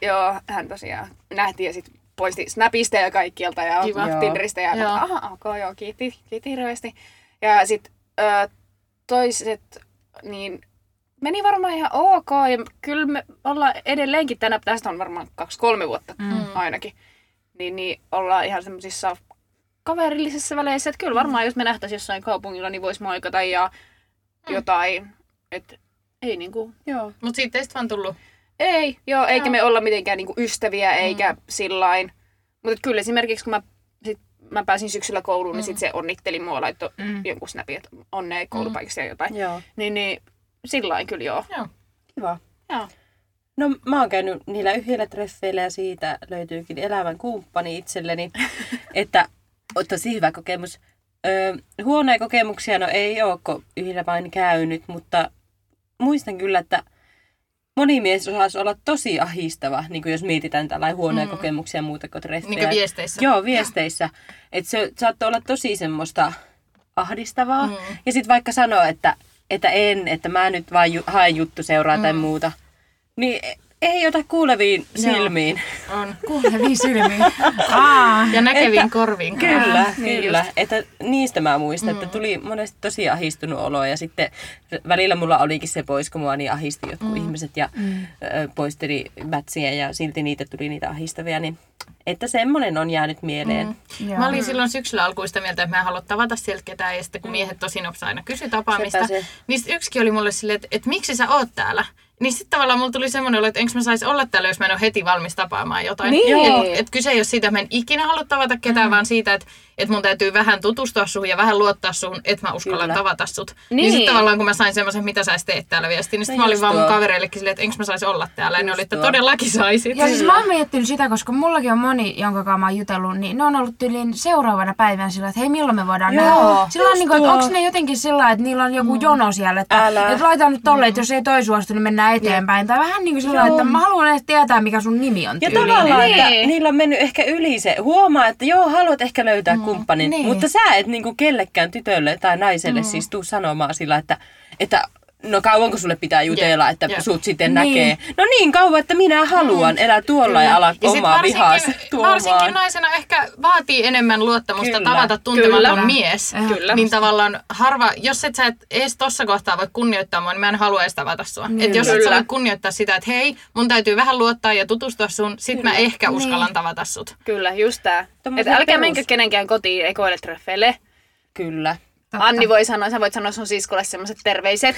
Speaker 5: Joo, hän tosiaan nähtiin ja sitten poisti Snapista ja kaikkialta ja
Speaker 4: Kiva.
Speaker 3: Joo.
Speaker 5: Tinderistä. Ja
Speaker 4: Joo.
Speaker 5: joo. Aha, ok, joo, kiitti, kiitti hirveästi. Ja sitten toiset, niin meni varmaan ihan ok. Ja kyllä me ollaan edelleenkin tänä, tästä on varmaan kaksi-kolme vuotta mm. ainakin. Niin, niin ollaan ihan semmoisissa kaverillisissa väleissä. Että kyllä varmaan, jos me nähtäisiin jossain kaupungilla, niin voisi moikata ja jotain. Että ei niinku
Speaker 3: Joo.
Speaker 4: Mut siitä teistä vaan tullut.
Speaker 5: ei, joo, eikä me olla mitenkään niinku ystäviä eikä mm. sillain. Mutta kyllä esimerkiksi kun mä, sit, mä pääsin syksyllä kouluun, mm. niin sit se onnitteli mua, laittoi mm. jonkun snapin, että onnea koulupaikassa ja
Speaker 2: Mm.
Speaker 5: jotain.
Speaker 3: Joo.
Speaker 5: Niin, niin sillain kyllä joo.
Speaker 4: Joo.
Speaker 3: Kiva.
Speaker 5: Joo.
Speaker 3: No mä oon käynyt niillä yhdellä treffeillä ja siitä löytyykin elämän kumppani itselleni, (laughs) että on tosi hyvä kokemus. Öö, huonoja kokemuksia no ei ole, kun yhdellä vain käynyt, mutta muistan kyllä, että moni mies osaisi olla tosi ahistava, niin kuin jos mietitään tällainen huonoja mm. kokemuksia muuta kuin treffejä.
Speaker 4: Niin kuin viesteissä.
Speaker 3: Joo, viesteissä. Että se saattoi olla tosi semmoista ahdistavaa. Mm. Ja sitten vaikka sanoo, että, että en, että mä nyt vaan ju- haen juttu seuraa mm. tai muuta, niin e- ei ota kuuleviin silmiin.
Speaker 4: On.
Speaker 2: Kuuleviin silmiin. Aa.
Speaker 4: Ja näkeviin korviin.
Speaker 3: Kyllä, kyllä. että niistä mä muistan, mm. että tuli monesti tosi ahistunut olo ja sitten välillä mulla olikin se pois, kun mua niin ahisti jotkut mm. ihmiset ja mm. poisteli mätsiä ja silti niitä tuli niitä ahistavia, niin että semmoinen on jäänyt mieleen. Mm.
Speaker 2: Joo.
Speaker 4: Mä olin silloin syksyllä alkuista mieltä, että mä en halua tavata sieltä ketään, ja sitten kun miehet tosi nopsa aina kysy tapaamista,
Speaker 3: Sepä se.
Speaker 4: niin sit yksikin oli mulle silleen, että, että miksi sä oot täällä? Niin sitten tavallaan mulla tuli semmoinen olo, että enkö mä saisi olla täällä, jos mä en ole heti valmis tapaamaan jotain.
Speaker 5: Niin.
Speaker 4: Et, et kyse ei ole siitä, että mä en ikinä halua tavata ketään, mm. vaan siitä, että, että mun täytyy vähän tutustua suhun ja vähän luottaa suhun, että mä uskallan
Speaker 3: Kyllä.
Speaker 4: tavata sut. Niin,
Speaker 5: Niin.
Speaker 4: niin sitten tavallaan kun mä sain semmoisen, mitä sä edes teet täällä viestiin, niin sitten
Speaker 3: No
Speaker 4: mä olin
Speaker 3: just
Speaker 4: vaan mun
Speaker 3: tuo.
Speaker 4: kavereillekin silleen, että enkö mä saisi olla täällä. Ja ne
Speaker 3: Just
Speaker 4: oli, että
Speaker 3: tuo.
Speaker 4: todellakin saisit.
Speaker 2: Ja siis mä oon miettinyt sitä, koska mullakin on moni, jonka kanssa mä oon jutellut, niin ne on ollut tyyliin seuraavana päivänä sillä, että hei milloin me voidaan
Speaker 3: Joo,
Speaker 2: nähdä. Sillä on
Speaker 3: just
Speaker 2: niinku, että
Speaker 3: tuo.
Speaker 2: onks ne jotenkin sillä että niillä on joku jono siellä, että,
Speaker 3: Älä.
Speaker 2: että laita nyt tolle, että jos ei toi suostu, niin mennään eteenpäin. Tai vähän niinku sillä että mä haluan edes tietää, mikä sun nimi on
Speaker 3: Ja
Speaker 2: tyyliin.
Speaker 3: tavallaan, että
Speaker 5: Niin.
Speaker 3: niillä on mennyt ehkä yli se. Huomaa, että joo, haluat ehkä löytää mm. kumppanin,
Speaker 2: Niin.
Speaker 3: niin. mutta sä et niinku kellekään tytölle tai naiselle mm. siis tuu sanomaan sillä, että, että no kauanko sulle pitää jutella, että
Speaker 4: jep. Mm.
Speaker 3: sut sitten
Speaker 2: Niin.
Speaker 3: näkee. No niin kauan, että minä haluan, elä tuolla ja ala
Speaker 4: Ja sit
Speaker 3: omaa
Speaker 4: varsinkin-
Speaker 3: vihaasi
Speaker 4: Varsinkin
Speaker 3: tuomaan.
Speaker 4: naisena ehkä vaatii enemmän luottamusta
Speaker 3: Kyllä.
Speaker 4: tavata tuntematon
Speaker 5: Kyllä.
Speaker 4: mies. Kyllä. Niin tavallaan harva, jos et sä et edes tossa kohtaa voi kunnioittaa mua, niin mä en halua edes tavata sua. Et jos et sä
Speaker 5: Kyllä.
Speaker 4: voi kunnioittaa sitä, että hei, mun täytyy vähän luottaa ja tutustua sun, sit mä ehkä uskallan tavata sut.
Speaker 5: Kyllä, just tää. Et
Speaker 3: Tommosia
Speaker 5: älkää
Speaker 3: perus-
Speaker 5: menkö kenenkään kotiin ekoille treffeille.
Speaker 3: Kyllä.
Speaker 2: Totta.
Speaker 5: Anni voi sanoa, sä voit sanoa sun siskolle semmoset terveiset.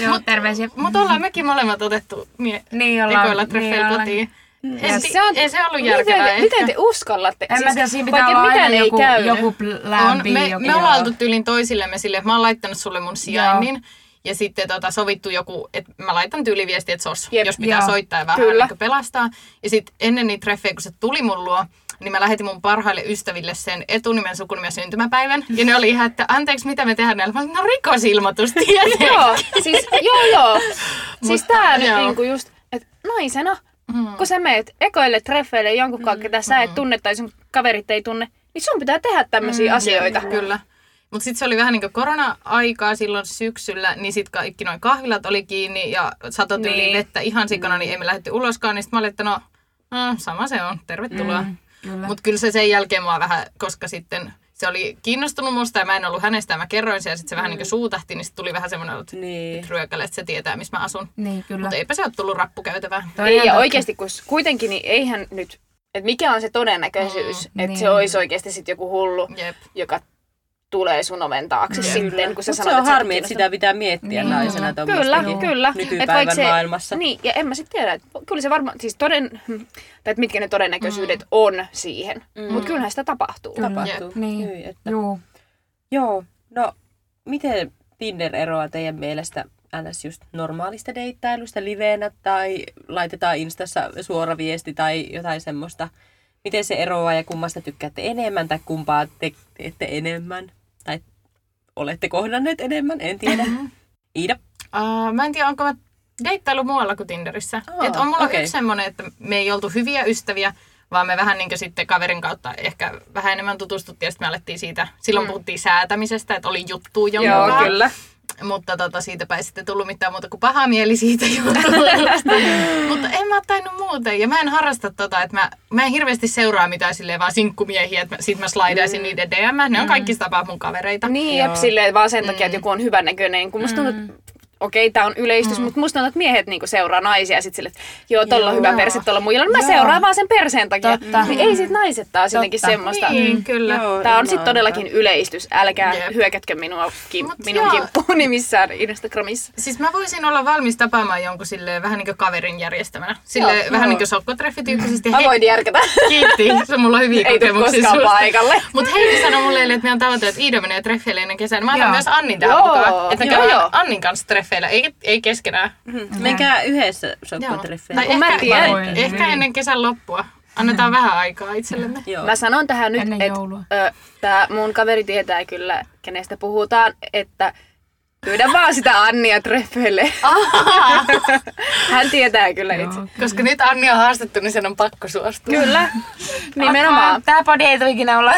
Speaker 2: Joo, terveisiä.
Speaker 4: Mutta ollaan mekin molemmat otettu mie-
Speaker 2: Niin ollaan,
Speaker 4: ekoilla
Speaker 2: niin
Speaker 4: treffeillä
Speaker 2: ollaan.
Speaker 4: kotiin.
Speaker 5: Ja (laughs)
Speaker 4: Ei, se on, ei se ollut järkevää
Speaker 5: miten,
Speaker 4: ehkä.
Speaker 5: miten te uskallatte?
Speaker 2: En mä tiedä, siinä pitää
Speaker 5: siis vaikka
Speaker 2: olla aina
Speaker 5: mitään ei
Speaker 2: joku,
Speaker 5: käynyt.
Speaker 2: joku
Speaker 4: On,
Speaker 2: lämpi.
Speaker 4: me,
Speaker 2: joku,
Speaker 4: me ollaan oltu tyylin toisillemme silleen, että mä oon laittanut sulle mun sijainnin. Joo. Ja sitten tota, sovittu joku, että mä laitan tyyliviesti, että sos, Jep.
Speaker 5: Jep.
Speaker 4: jos pitää
Speaker 2: Joo.
Speaker 4: Joo. soittaa ja vähän
Speaker 5: Kyllä.
Speaker 4: Kyllä. pelastaa. Ja sitten ennen niitä treffejä, kun se tuli mun luo, niin mä lähetin mun parhaille ystäville sen etunimen, sukunimen ja syntymäpäivän. Ja ne oli ihan, että anteeksi, mitä me tehdään näillä? Mä olin, no rikosilmoitus, tietenkin.
Speaker 5: joo, siis joo joo. Siis tää nyt
Speaker 4: joo.
Speaker 5: niinku just, että naisena, mm. kun sä meet ekoille treffeille jonkun kanssa, ketä sä et tunne tai sun kaverit ei tunne, niin sun pitää tehdä tämmöisiä mm. asioita.
Speaker 4: Kyllä. Mutta sitten se oli vähän niin kuin korona-aikaa silloin syksyllä, niin sitten kaikki noin kahvilat oli kiinni ja sato tyyliin niin.
Speaker 5: Niin.
Speaker 4: vettä ihan sikana, niin emme lähdetty uloskaan. Niin sitten mä olin, että no, no sama se on, tervetuloa. Mm,
Speaker 2: kyllä.
Speaker 4: Mutta kyllä se sen jälkeen mua vähän, koska sitten se oli kiinnostunut musta ja mä en ollut hänestä ja mä kerroin sen ja sitten se vähän niin kuin suutahti, niin sitten tuli vähän semmoinen, että
Speaker 3: Niin.
Speaker 4: et ryökälle, että se tietää, missä mä asun.
Speaker 2: Niin, kyllä.
Speaker 4: Mutta eipä se ole tullut rappukäytävää.
Speaker 2: Toi on
Speaker 5: Ei, ja
Speaker 2: totta.
Speaker 5: oikeasti, kun s- kuitenkin, niin eihän nyt että mikä on se todennäköisyys, mm, että niin. se
Speaker 4: niin.
Speaker 5: olisi oikeasti sitten joku hullu,
Speaker 4: Jep.
Speaker 5: joka tulee sun oven taakse
Speaker 4: Jep.
Speaker 5: sitten, kun sä
Speaker 3: Mutta
Speaker 5: sanot,
Speaker 3: se on
Speaker 5: sä et
Speaker 3: harmi, että
Speaker 5: kiinnosta.
Speaker 3: sitä pitää miettiä
Speaker 4: Niin.
Speaker 3: naisena
Speaker 5: Kyllä,
Speaker 3: tuommoistakin
Speaker 5: kyllä. Et
Speaker 3: nykypäivän
Speaker 5: vaikka se,
Speaker 3: maailmassa.
Speaker 5: Niin, ja en mä sitten tiedä, että kyllä se varmaan, siis toden, hmm, tai että mitkä ne todennäköisyydet mm. on siihen. Mm. Mutta kyllähän sitä tapahtuu.
Speaker 3: Tapahtuu.
Speaker 2: Niin.
Speaker 3: Hyi, että-
Speaker 2: Juu.
Speaker 3: Joo, no miten Tinder eroaa teidän mielestä ns. just normaalista deittailusta liveenä tai laitetaan Instassa suora viesti tai jotain semmoista? Miten se eroaa ja kummasta tykkäätte enemmän tai kumpaa te- teette enemmän? Tai olette kohdanneet enemmän, en tiedä.
Speaker 5: Mm-hmm.
Speaker 3: Iida?
Speaker 4: Uh, mä en tiedä, onko mä deittailu muualla kuin Tinderissä.
Speaker 3: Aa,
Speaker 4: Oh, Et on mulla
Speaker 3: okei.
Speaker 4: okay. yksi semmoinen, että me ei oltu hyviä ystäviä, vaan me vähän niin sitten kaverin kautta ehkä vähän enemmän tutustuttiin ja sitten me alettiin siitä, silloin mm. puhuttiin säätämisestä, että oli juttu jonkun kanssa. Mutta tota, siitäpä ei sitten tullut mitään muuta kuin paha mieli siitä juttelusta. Mutta en mä tainnut muuten. Ja mä en harrasta tota, että mä, mä en hirveästi seuraa mitään silleen vaan sinkkumiehiä, että mä- sit mä slaidaisin mm. niiden DM. Ne on kaikki tapaa mun kavereita.
Speaker 5: Niin, jep, silleen, vaan sen takia, että joku on hyvännäköinen. Kun musta tuntuu, että okei, okay, tämä on yleistys, mm. mutta musta tuntuu, että miehet niinku seuraa naisia ja sitten silleen, että joo, tolla on hyvä perse, tolla on muilla. No mä
Speaker 2: Joo.
Speaker 5: seuraan vaan sen perseen takia.
Speaker 2: Totta.
Speaker 5: Niin ei sit naiset taas jotenkin
Speaker 2: Totta.
Speaker 5: semmoista.
Speaker 4: Niin, kyllä.
Speaker 3: Joo,
Speaker 5: Tämä on
Speaker 3: ilman
Speaker 5: sitten todellakin yleistys. Älkää
Speaker 4: Jep.
Speaker 5: hyökätkö minua kim,
Speaker 4: Mut
Speaker 5: minun
Speaker 4: joo.
Speaker 5: kimppuuni missään Instagramissa.
Speaker 4: Siis mä voisin olla valmis tapaamaan jonkun sille vähän niin kuin kaverin järjestämänä. Sille
Speaker 3: Joo.
Speaker 4: vähän
Speaker 3: Joo.
Speaker 4: niin kuin sokkotreffityyppisesti.
Speaker 5: Mä voin järkätä.
Speaker 4: kiitti. Se mulla on hyviä
Speaker 5: Ei tule
Speaker 4: kokemuksia
Speaker 5: koskaan paikalle.
Speaker 4: Mutta Heidi sanoi mulle, eilen, että meidän tavoite, että Iida menee treffeille ennen kesää. niin Mä otan
Speaker 2: Joo.
Speaker 4: myös Annin tähän
Speaker 5: Joo.
Speaker 4: mukaan. Että
Speaker 5: Joo,
Speaker 4: joo,
Speaker 5: joo.
Speaker 4: joo. Annin kanssa treffeillä, ei, ei keskenään.
Speaker 5: Mm-hmm.
Speaker 3: Menkää yhdessä
Speaker 4: Joo.
Speaker 3: sokkotreffeille.
Speaker 4: Tai
Speaker 5: Kun mä
Speaker 4: ehkä,
Speaker 5: tiedän.
Speaker 4: Voi, ehkä ennen kesän loppua. Annetaan vähän aikaa itsellemme.
Speaker 3: Joo.
Speaker 5: No, Mä sanon tähän nyt,
Speaker 2: Ennen joulua.
Speaker 5: että tämä mun kaveri tietää kyllä, kenestä puhutaan, että pyydä vaan sitä Annia treffeille. Hän tietää kyllä itse.
Speaker 4: Koska nyt Anni on haastettu, niin sen on pakko suostua.
Speaker 5: Kyllä,
Speaker 2: Niin,
Speaker 5: nimenomaan.
Speaker 2: Tää podi ei tule ikinä (laughs) olla.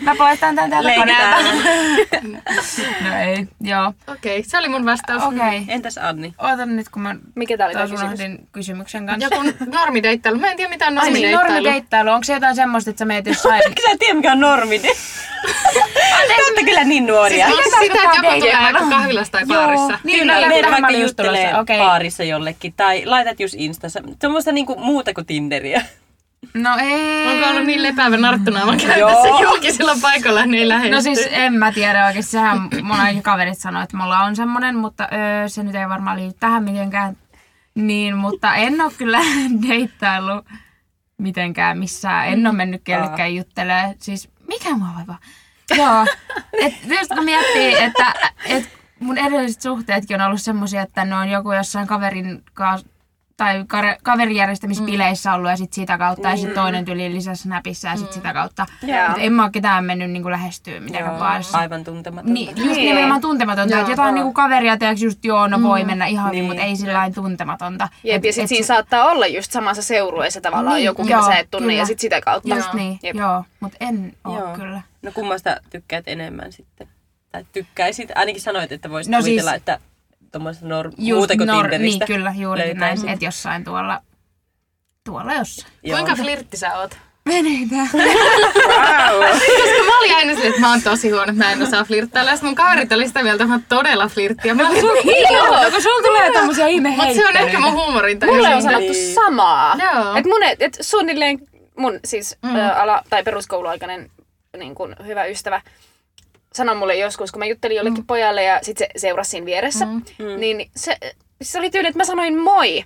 Speaker 2: Mä poistan tän täältä
Speaker 3: Leikitään.
Speaker 2: koneelta. (laughs) No ei, joo.
Speaker 4: Okei, okay, se oli mun vastaus.
Speaker 2: Okei.
Speaker 3: Entäs Anni?
Speaker 2: Ootan nyt, kun mä
Speaker 5: Mikä tää oli tää
Speaker 2: taas
Speaker 5: kysymys?
Speaker 2: unohdin kysymyksen kanssa.
Speaker 4: Joku normideittailu. Mä en tiedä mitään
Speaker 2: Ai niin,
Speaker 4: normideittailu.
Speaker 2: normideittailu. Onko se jotain semmoista, että sä meet jossain...
Speaker 3: Eikö sä tiedä mikä on
Speaker 5: (laughs)
Speaker 3: normi? Te olette kyllä niin nuoria.
Speaker 5: Siis
Speaker 4: Onko se sitä, että joku tulee
Speaker 2: Normideittailu.
Speaker 4: siis vaikka kahvilassa tai baarissa?
Speaker 2: niin,
Speaker 3: Kyllä,
Speaker 2: kyllä,
Speaker 3: meet
Speaker 2: tähän mä
Speaker 3: vaikka
Speaker 2: olin just
Speaker 3: juttelee
Speaker 2: tulossa. Okei.
Speaker 3: baarissa jollekin tai laitat just Instassa. Tuommoista niinku muuta kuin Tinderiä.
Speaker 2: (laughs) No ei.
Speaker 4: Onko ollut niin lepäävä narttunaavan
Speaker 3: Joo.
Speaker 4: käytössä julkisilla paikoilla, niin ei lähesty.
Speaker 2: No siis en mä tiedä oikeesti, sehän mun ainakin kaverit sanoi, että mulla on semmonen, mutta öö, se nyt ei varmaan liity tähän mitenkään. Niin, mutta en oo kyllä (laughs) deittailu mitenkään missään. En oo mennyt kellekään juttelee. Siis mikä mua vaivaa?
Speaker 5: (laughs)
Speaker 2: Joo. Et just kun miettii, että et mun edelliset suhteetkin on ollut semmosia, että ne on joku jossain kaverin kanssa tai kare-
Speaker 5: Mm.
Speaker 2: kaverijärjestämispileissä ollut ja sitten sitä kautta ja sitten toinen tyli lisäsi näpissä ja sitten sitä kautta.
Speaker 5: Joo.
Speaker 2: Mut en mä oo ketään mennyt niinku lähestyä mitenkään baarissa.
Speaker 3: (laughs) Aivan tuntematon.
Speaker 2: Niin, just nimenomaan tuntematonta. Että jotain niinku kaveria teoks just joo, no voi mennä ihan niin, mutta ei sillä lailla tuntematonta.
Speaker 5: Mm. Jep,
Speaker 2: Et-
Speaker 5: ja sit
Speaker 2: et
Speaker 5: siinä
Speaker 2: se-
Speaker 5: saattaa olla just samassa seurueessa tavallaan
Speaker 2: Niin,
Speaker 5: joku,
Speaker 2: joo,
Speaker 5: ketä sä et tunne,
Speaker 2: kyllä.
Speaker 5: ja sit sitä kautta.
Speaker 2: Just niin,
Speaker 5: Jep.
Speaker 2: joo. Mutta en oo kyllä.
Speaker 3: No kummasta tykkäät enemmän sitten? Tai tykkäisit? Ainakin sanoit, että voisit
Speaker 2: No
Speaker 3: no
Speaker 2: siis-
Speaker 3: kuvitella, että tuommoista nor- muuta kuin
Speaker 2: nor-
Speaker 3: Tinderistä.
Speaker 2: Niin, kyllä, juurikin
Speaker 3: löytäisit.
Speaker 2: näin. Että jossain tuolla, tuolla jossain.
Speaker 3: Joo.
Speaker 4: Kuinka
Speaker 3: (laughs)
Speaker 4: flirtti sä oot?
Speaker 2: (laughs) Menetä.
Speaker 4: Koska mä olin aina silleen, että mä oon tosi huono, että mä en osaa flirttailla. Ja sit mun kaverit oli sitä mieltä, että mä oon todella flirtti. Ja mä olin,
Speaker 2: Niin, Joo, kun sulla tulee tommosia ihme
Speaker 4: mutta se on ehkä mun huumorin tai
Speaker 5: Mulle on
Speaker 4: jotenkin.
Speaker 5: sanottu
Speaker 3: Niin.
Speaker 5: samaa.
Speaker 4: Joo.
Speaker 5: Et mun, et, et suunnilleen mun siis mm. ö, ala, tai peruskouluaikainen niin kun, hyvä ystävä sanoi mulle joskus, kun mä juttelin jollekin mm. pojalle ja sit se seurasi siinä vieressä, mm. niin se, se oli tyyli, että mä sanoin moi.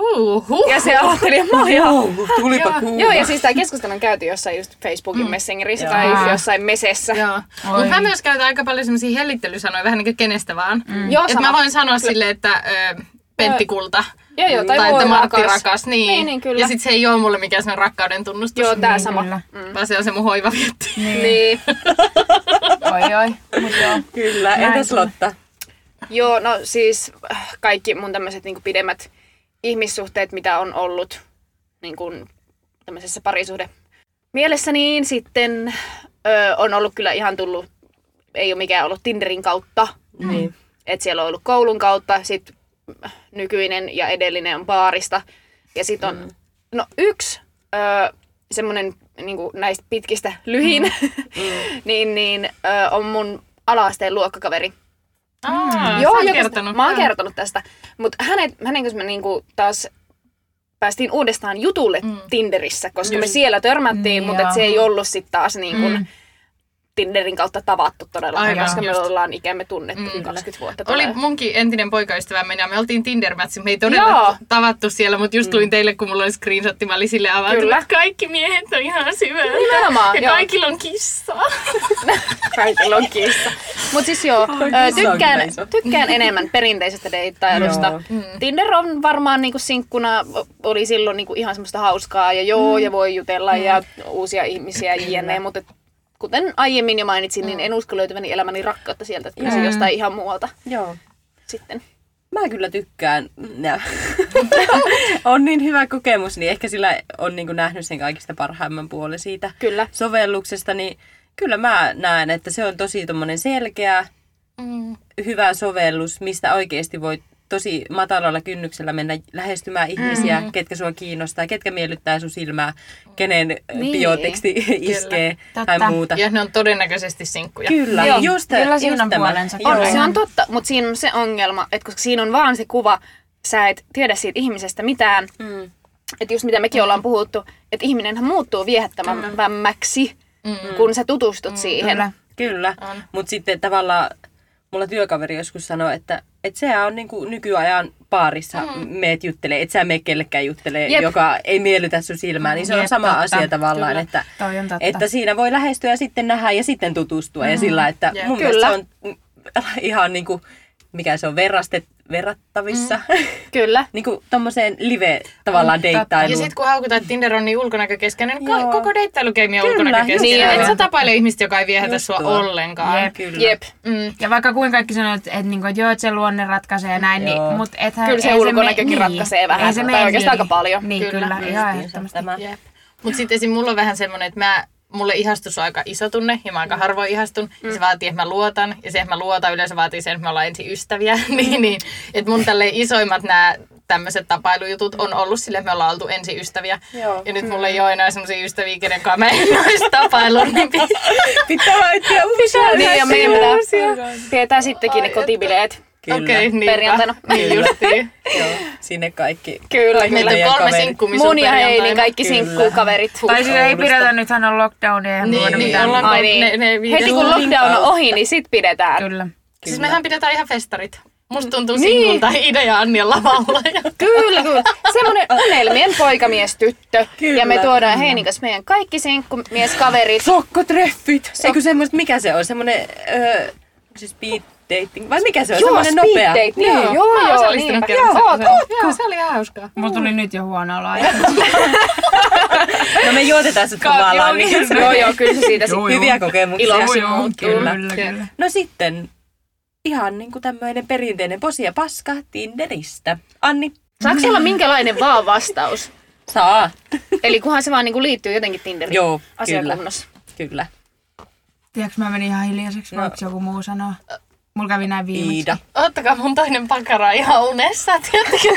Speaker 4: Uu, huh.
Speaker 5: Ja se aloitteli, että moi.
Speaker 3: Joo, tulipa kuuma.
Speaker 5: Joo, ja siis tämä keskustelu on käyty jossain just Facebookin mm. Messengerissä tai
Speaker 2: Jaa.
Speaker 5: jossain mesessä.
Speaker 4: Joo. Mutta mä myös käytän aika paljon semmoisia hellittelysanoja, vähän niin kuin kenestä vaan. Mm.
Speaker 5: Joo,
Speaker 4: Että
Speaker 5: sama.
Speaker 4: mä voin sanoa silleen, että ö, Pentti Kulta.
Speaker 5: Joo, joo, tai,
Speaker 4: Tai
Speaker 5: voi
Speaker 4: että Martti
Speaker 5: rakas.
Speaker 4: rakas. niin.
Speaker 5: Niin, niin, kyllä.
Speaker 4: Ja sit Niin, se ei ole mulle mikään semmoinen rakkauden tunnustus.
Speaker 5: Joo, tää sama.
Speaker 2: kyllä.
Speaker 4: Vaan Mm. se on se mun hoivavietti.
Speaker 5: Niin.
Speaker 2: Oi, oi. Mut joo.
Speaker 3: Kyllä, entäs Lotta?
Speaker 5: Joo, no siis äh, kaikki mun tämmöiset niin pidemmät ihmissuhteet, mitä on ollut niin kuin, tämmöisessä parisuhde mielessä, niin sitten ö, on ollut kyllä ihan tullut, ei ole mikään ollut Tinderin kautta.
Speaker 3: Niin.
Speaker 5: Että siellä on ollut koulun kautta, sitten nykyinen ja edellinen on baarista. Ja sitten
Speaker 3: Mm.
Speaker 5: on, no yksi ö, semmoinen niin näistä pitkistä lyhin, (laughs)
Speaker 3: Mm.
Speaker 5: niin, niin ö, on mun ala-asteen luokkakaveri.
Speaker 4: Aa,
Speaker 5: Joo,
Speaker 4: sä oot
Speaker 5: Mm. joo,
Speaker 4: kertonut.
Speaker 5: Mä oon
Speaker 4: Joo.
Speaker 5: kertonut tästä. Mutta hänen, hänen kanssa mä niinku taas päästiin uudestaan jutulle mm. Tinderissä, koska me siellä törmättiin,
Speaker 4: Mm,
Speaker 5: mm, mutta et
Speaker 4: joo.
Speaker 5: se ei ollut sitten taas niin kuin
Speaker 2: Mm.
Speaker 5: mm. Tinderin kautta tavattu todellakaan,
Speaker 4: Aivan,
Speaker 5: koska me
Speaker 4: just.
Speaker 5: ollaan ikämme tunnettu
Speaker 4: Mm,
Speaker 5: mm, 20 vuotta.
Speaker 4: Oli
Speaker 5: tulee.
Speaker 4: munkin entinen poikaystävä minä, me oltiin tinder me ei todella
Speaker 5: Joo. Mm.
Speaker 4: tavattu siellä, mutta just luin teille, kun mulla oli screenshotti, mä olin sille avautunut.
Speaker 5: Kyllä.
Speaker 4: Kaikki miehet on ihan syvältä.
Speaker 5: Nimenomaan,
Speaker 4: ja
Speaker 5: joo.
Speaker 4: kaikilla on kissa.
Speaker 5: Kaikilla on kissa. Mutta siis joo, ö, tykkään, tykkään enemmän perinteisestä deittailusta. Mm. Tinder on varmaan niinku sinkkuna, o- oli silloin niinku ihan semmoista hauskaa ja joo, ja voi jutella ja uusia ihmisiä ja jne, mutta et kuten aiemmin jo mainitsin, niin en usko löytyväni elämäni rakkautta sieltä, että kyllä se jostain ihan muualta
Speaker 3: Joo.
Speaker 5: sitten.
Speaker 3: Mä kyllä tykkään. Nä. (laughs) on niin hyvä kokemus, niin ehkä sillä on niin nähnyt sen kaikista parhaimman puolen siitä
Speaker 5: Kyllä.
Speaker 3: sovelluksesta. Niin kyllä mä näen, että se on tosi tommonen selkeä,
Speaker 2: Mm.
Speaker 3: hyvä sovellus, mistä oikeasti voi tosi matalalla kynnyksellä mennä lähestymään ihmisiä,
Speaker 2: Mm-hmm.
Speaker 3: mm. ketkä sua kiinnostaa, ketkä miellyttää sun silmää, kenen niin.
Speaker 5: Niin.
Speaker 3: bioteksti iskee tai
Speaker 2: Mm. Totta.
Speaker 3: muuta.
Speaker 4: Ja ne on todennäköisesti sinkkuja.
Speaker 3: Kyllä,
Speaker 2: Joo,
Speaker 3: just,
Speaker 2: kyllä
Speaker 3: just
Speaker 2: siinä on
Speaker 3: tämä.
Speaker 2: puolensa.
Speaker 3: Joo.
Speaker 5: On, se on totta, mutta siinä on se ongelma, että koska siinä on vaan se kuva, sä et tiedä siitä ihmisestä mitään,
Speaker 3: Mm.
Speaker 5: että just mitä mekin ollaan puhuttu, että ihminenhän muuttuu viehättävämmäksi, mm. kun sä tutustut mm. siihen.
Speaker 2: Kyllä.
Speaker 3: Kyllä, mutta sitten tavallaan mulla työkaveri joskus sanoi, että et sehän on niinku nykyajan paarissa mm. meet juttelee, et sä mene kellekään juttelee, Jep.
Speaker 5: Jep.
Speaker 3: joka ei miellytä sun silmää, niin se on
Speaker 2: Jep,
Speaker 3: sama
Speaker 2: totta.
Speaker 3: asia tavallaan,
Speaker 4: Kyllä.
Speaker 3: että,
Speaker 2: Toi on totta.
Speaker 3: että siinä voi lähestyä ja sitten nähdä ja sitten tutustua ja sillä, että
Speaker 4: Jep.
Speaker 3: mun mielestä se
Speaker 5: Kyllä.
Speaker 3: on (laughs) mm, ihan niinku, mikä se on, verrastet, verrattavissa
Speaker 5: Kyllä.
Speaker 3: (laughs) niinku tommoseen live tavallaan
Speaker 2: totta.
Speaker 4: Ja
Speaker 3: deittailuun.
Speaker 4: sitten kun haukutaan, että Tinder on niin ulkonäkökeskeinen, niin
Speaker 3: Joo.
Speaker 4: ka- koko deittailukeimi on
Speaker 3: Kyllä,
Speaker 4: ulkonäkökeskeinen.
Speaker 5: just
Speaker 4: Niin, et
Speaker 5: näin.
Speaker 4: sä tapaile ihmistä, joka ei viehätä
Speaker 3: Just
Speaker 4: sua
Speaker 3: tuo.
Speaker 4: ollenkaan.
Speaker 2: Jep.
Speaker 3: Kyllä.
Speaker 5: Jep.
Speaker 4: Mm.
Speaker 2: Ja vaikka kuinka kaikki sanoo, että, että, niinku, että joo, että se luonne ratkaisee ja näin,
Speaker 3: Joo.
Speaker 2: niin, mutta ethän...
Speaker 5: Kyllä se
Speaker 2: ei
Speaker 5: ulkonäkökin
Speaker 2: niin.
Speaker 5: ratkaisee
Speaker 2: Ei
Speaker 5: vähän, tai
Speaker 2: mene
Speaker 5: oikeastaan
Speaker 2: niin.
Speaker 5: aika paljon.
Speaker 2: Niin,
Speaker 4: Kyllä,
Speaker 2: kyllä, kyllä
Speaker 3: Justiinsa
Speaker 2: ihan ehdottomasti.
Speaker 3: tämä.
Speaker 4: Jep. Mutta sitten esim. mulla on vähän semmoinen, että mä, mulle ihastus on aika iso tunne ja mä aika harvoin ihastun. Mm. Ja se vaatii, että mä luotan. Ja se, että mä luotan, yleensä vaatii sen, että me ollaan ensin ystäviä. (laughs) niin, niin. Että mun tälle isoimmat nämä tämmöiset tapailujutut on ollut sille, että me ollaan oltu ensin ystäviä.
Speaker 3: Joo.
Speaker 4: Ja nyt mulla ei ole enää semmoisia ystäviä, kenen kanssa mä en (laughs) olisi tapaillut. Niin pitää
Speaker 3: Pitää laittaa uusia.
Speaker 5: Niin, ja meidän pitää tietää sittenkin ne kotibileet
Speaker 4: Okei, okay, niinpä.
Speaker 5: perjantaina.
Speaker 4: (laughs) Niin justiin.
Speaker 3: Joo, (laughs) sinne kaikki.
Speaker 5: Kyllä,
Speaker 3: kaikki
Speaker 5: kyllä.
Speaker 4: Meitä
Speaker 3: meidän
Speaker 4: on kolme
Speaker 3: kaverit.
Speaker 4: sinkkumisuun
Speaker 5: Mun ja Heini,
Speaker 4: perjantaina.
Speaker 5: kaikki
Speaker 3: Kyllä.
Speaker 5: sinkkukaverit.
Speaker 2: Tai siis ei
Speaker 3: Koulusta.
Speaker 2: pidetä, nythän on lockdown, ei niin,
Speaker 4: Niin,
Speaker 2: voida
Speaker 4: niin
Speaker 2: mitään.
Speaker 4: ollaanko
Speaker 5: Ai
Speaker 4: niin.
Speaker 5: niin.
Speaker 4: ne, ne viides-
Speaker 5: Heti kun lockdown on ohi, niin sit pidetään.
Speaker 2: Kyllä.
Speaker 4: Siis
Speaker 3: Kyllä.
Speaker 4: mehän pidetään ihan festarit. Musta tuntuu niin. singulta Ida ja Anni on lavalla. (laughs) Ja...
Speaker 5: Kyllä, kyllä. Semmoinen unelmien poikamiestyttö.
Speaker 3: Kyllä.
Speaker 5: Ja me tuodaan Heinin kanssa meidän kaikki sinkkumieskaverit.
Speaker 3: Sokkotreffit. Eikö semmoista, mikä se on? Semmoinen, öö, onko se speed dating? Vai mikä se on? semmoinen
Speaker 5: speed
Speaker 3: nopea.
Speaker 5: date, Niin,
Speaker 4: Mä
Speaker 5: joo,
Speaker 4: oon
Speaker 5: joo,
Speaker 4: osallistunut
Speaker 5: niinpä.
Speaker 4: kerran
Speaker 5: Joo,
Speaker 4: semmoiseen.
Speaker 5: oot.
Speaker 4: Joo, se oli ihan hauskaa.
Speaker 2: Mulla tuli nyt jo huono olo.
Speaker 3: No me juotetaan sut kamalaan. Niin
Speaker 5: Joo, joo, kyllä se siitä
Speaker 2: Joo,
Speaker 5: sitten.
Speaker 2: joo.
Speaker 3: hyviä kokemuksia.
Speaker 5: Ilo,
Speaker 3: Joo, joo,
Speaker 2: kyllä, Siis kyllä, kyllä.
Speaker 3: No sitten ihan niinku tämmöinen perinteinen posi ja paska Tinderistä. Anni,
Speaker 5: Saako se olla minkälainen vaan vastaus?
Speaker 3: saa.
Speaker 5: Eli kunhan se vaan niinku liittyy jotenkin Tinderin
Speaker 3: Joo, kyllä.
Speaker 5: asiakunnossa.
Speaker 3: Kyllä.
Speaker 2: Tiedätkö, mä menin ihan hiljaiseksi, voiko joku muu sanoa? Mulla kävi näin viimeksi.
Speaker 3: Iida.
Speaker 4: Ottakaa mun toinen pakara ihan unessa, tiedättekö?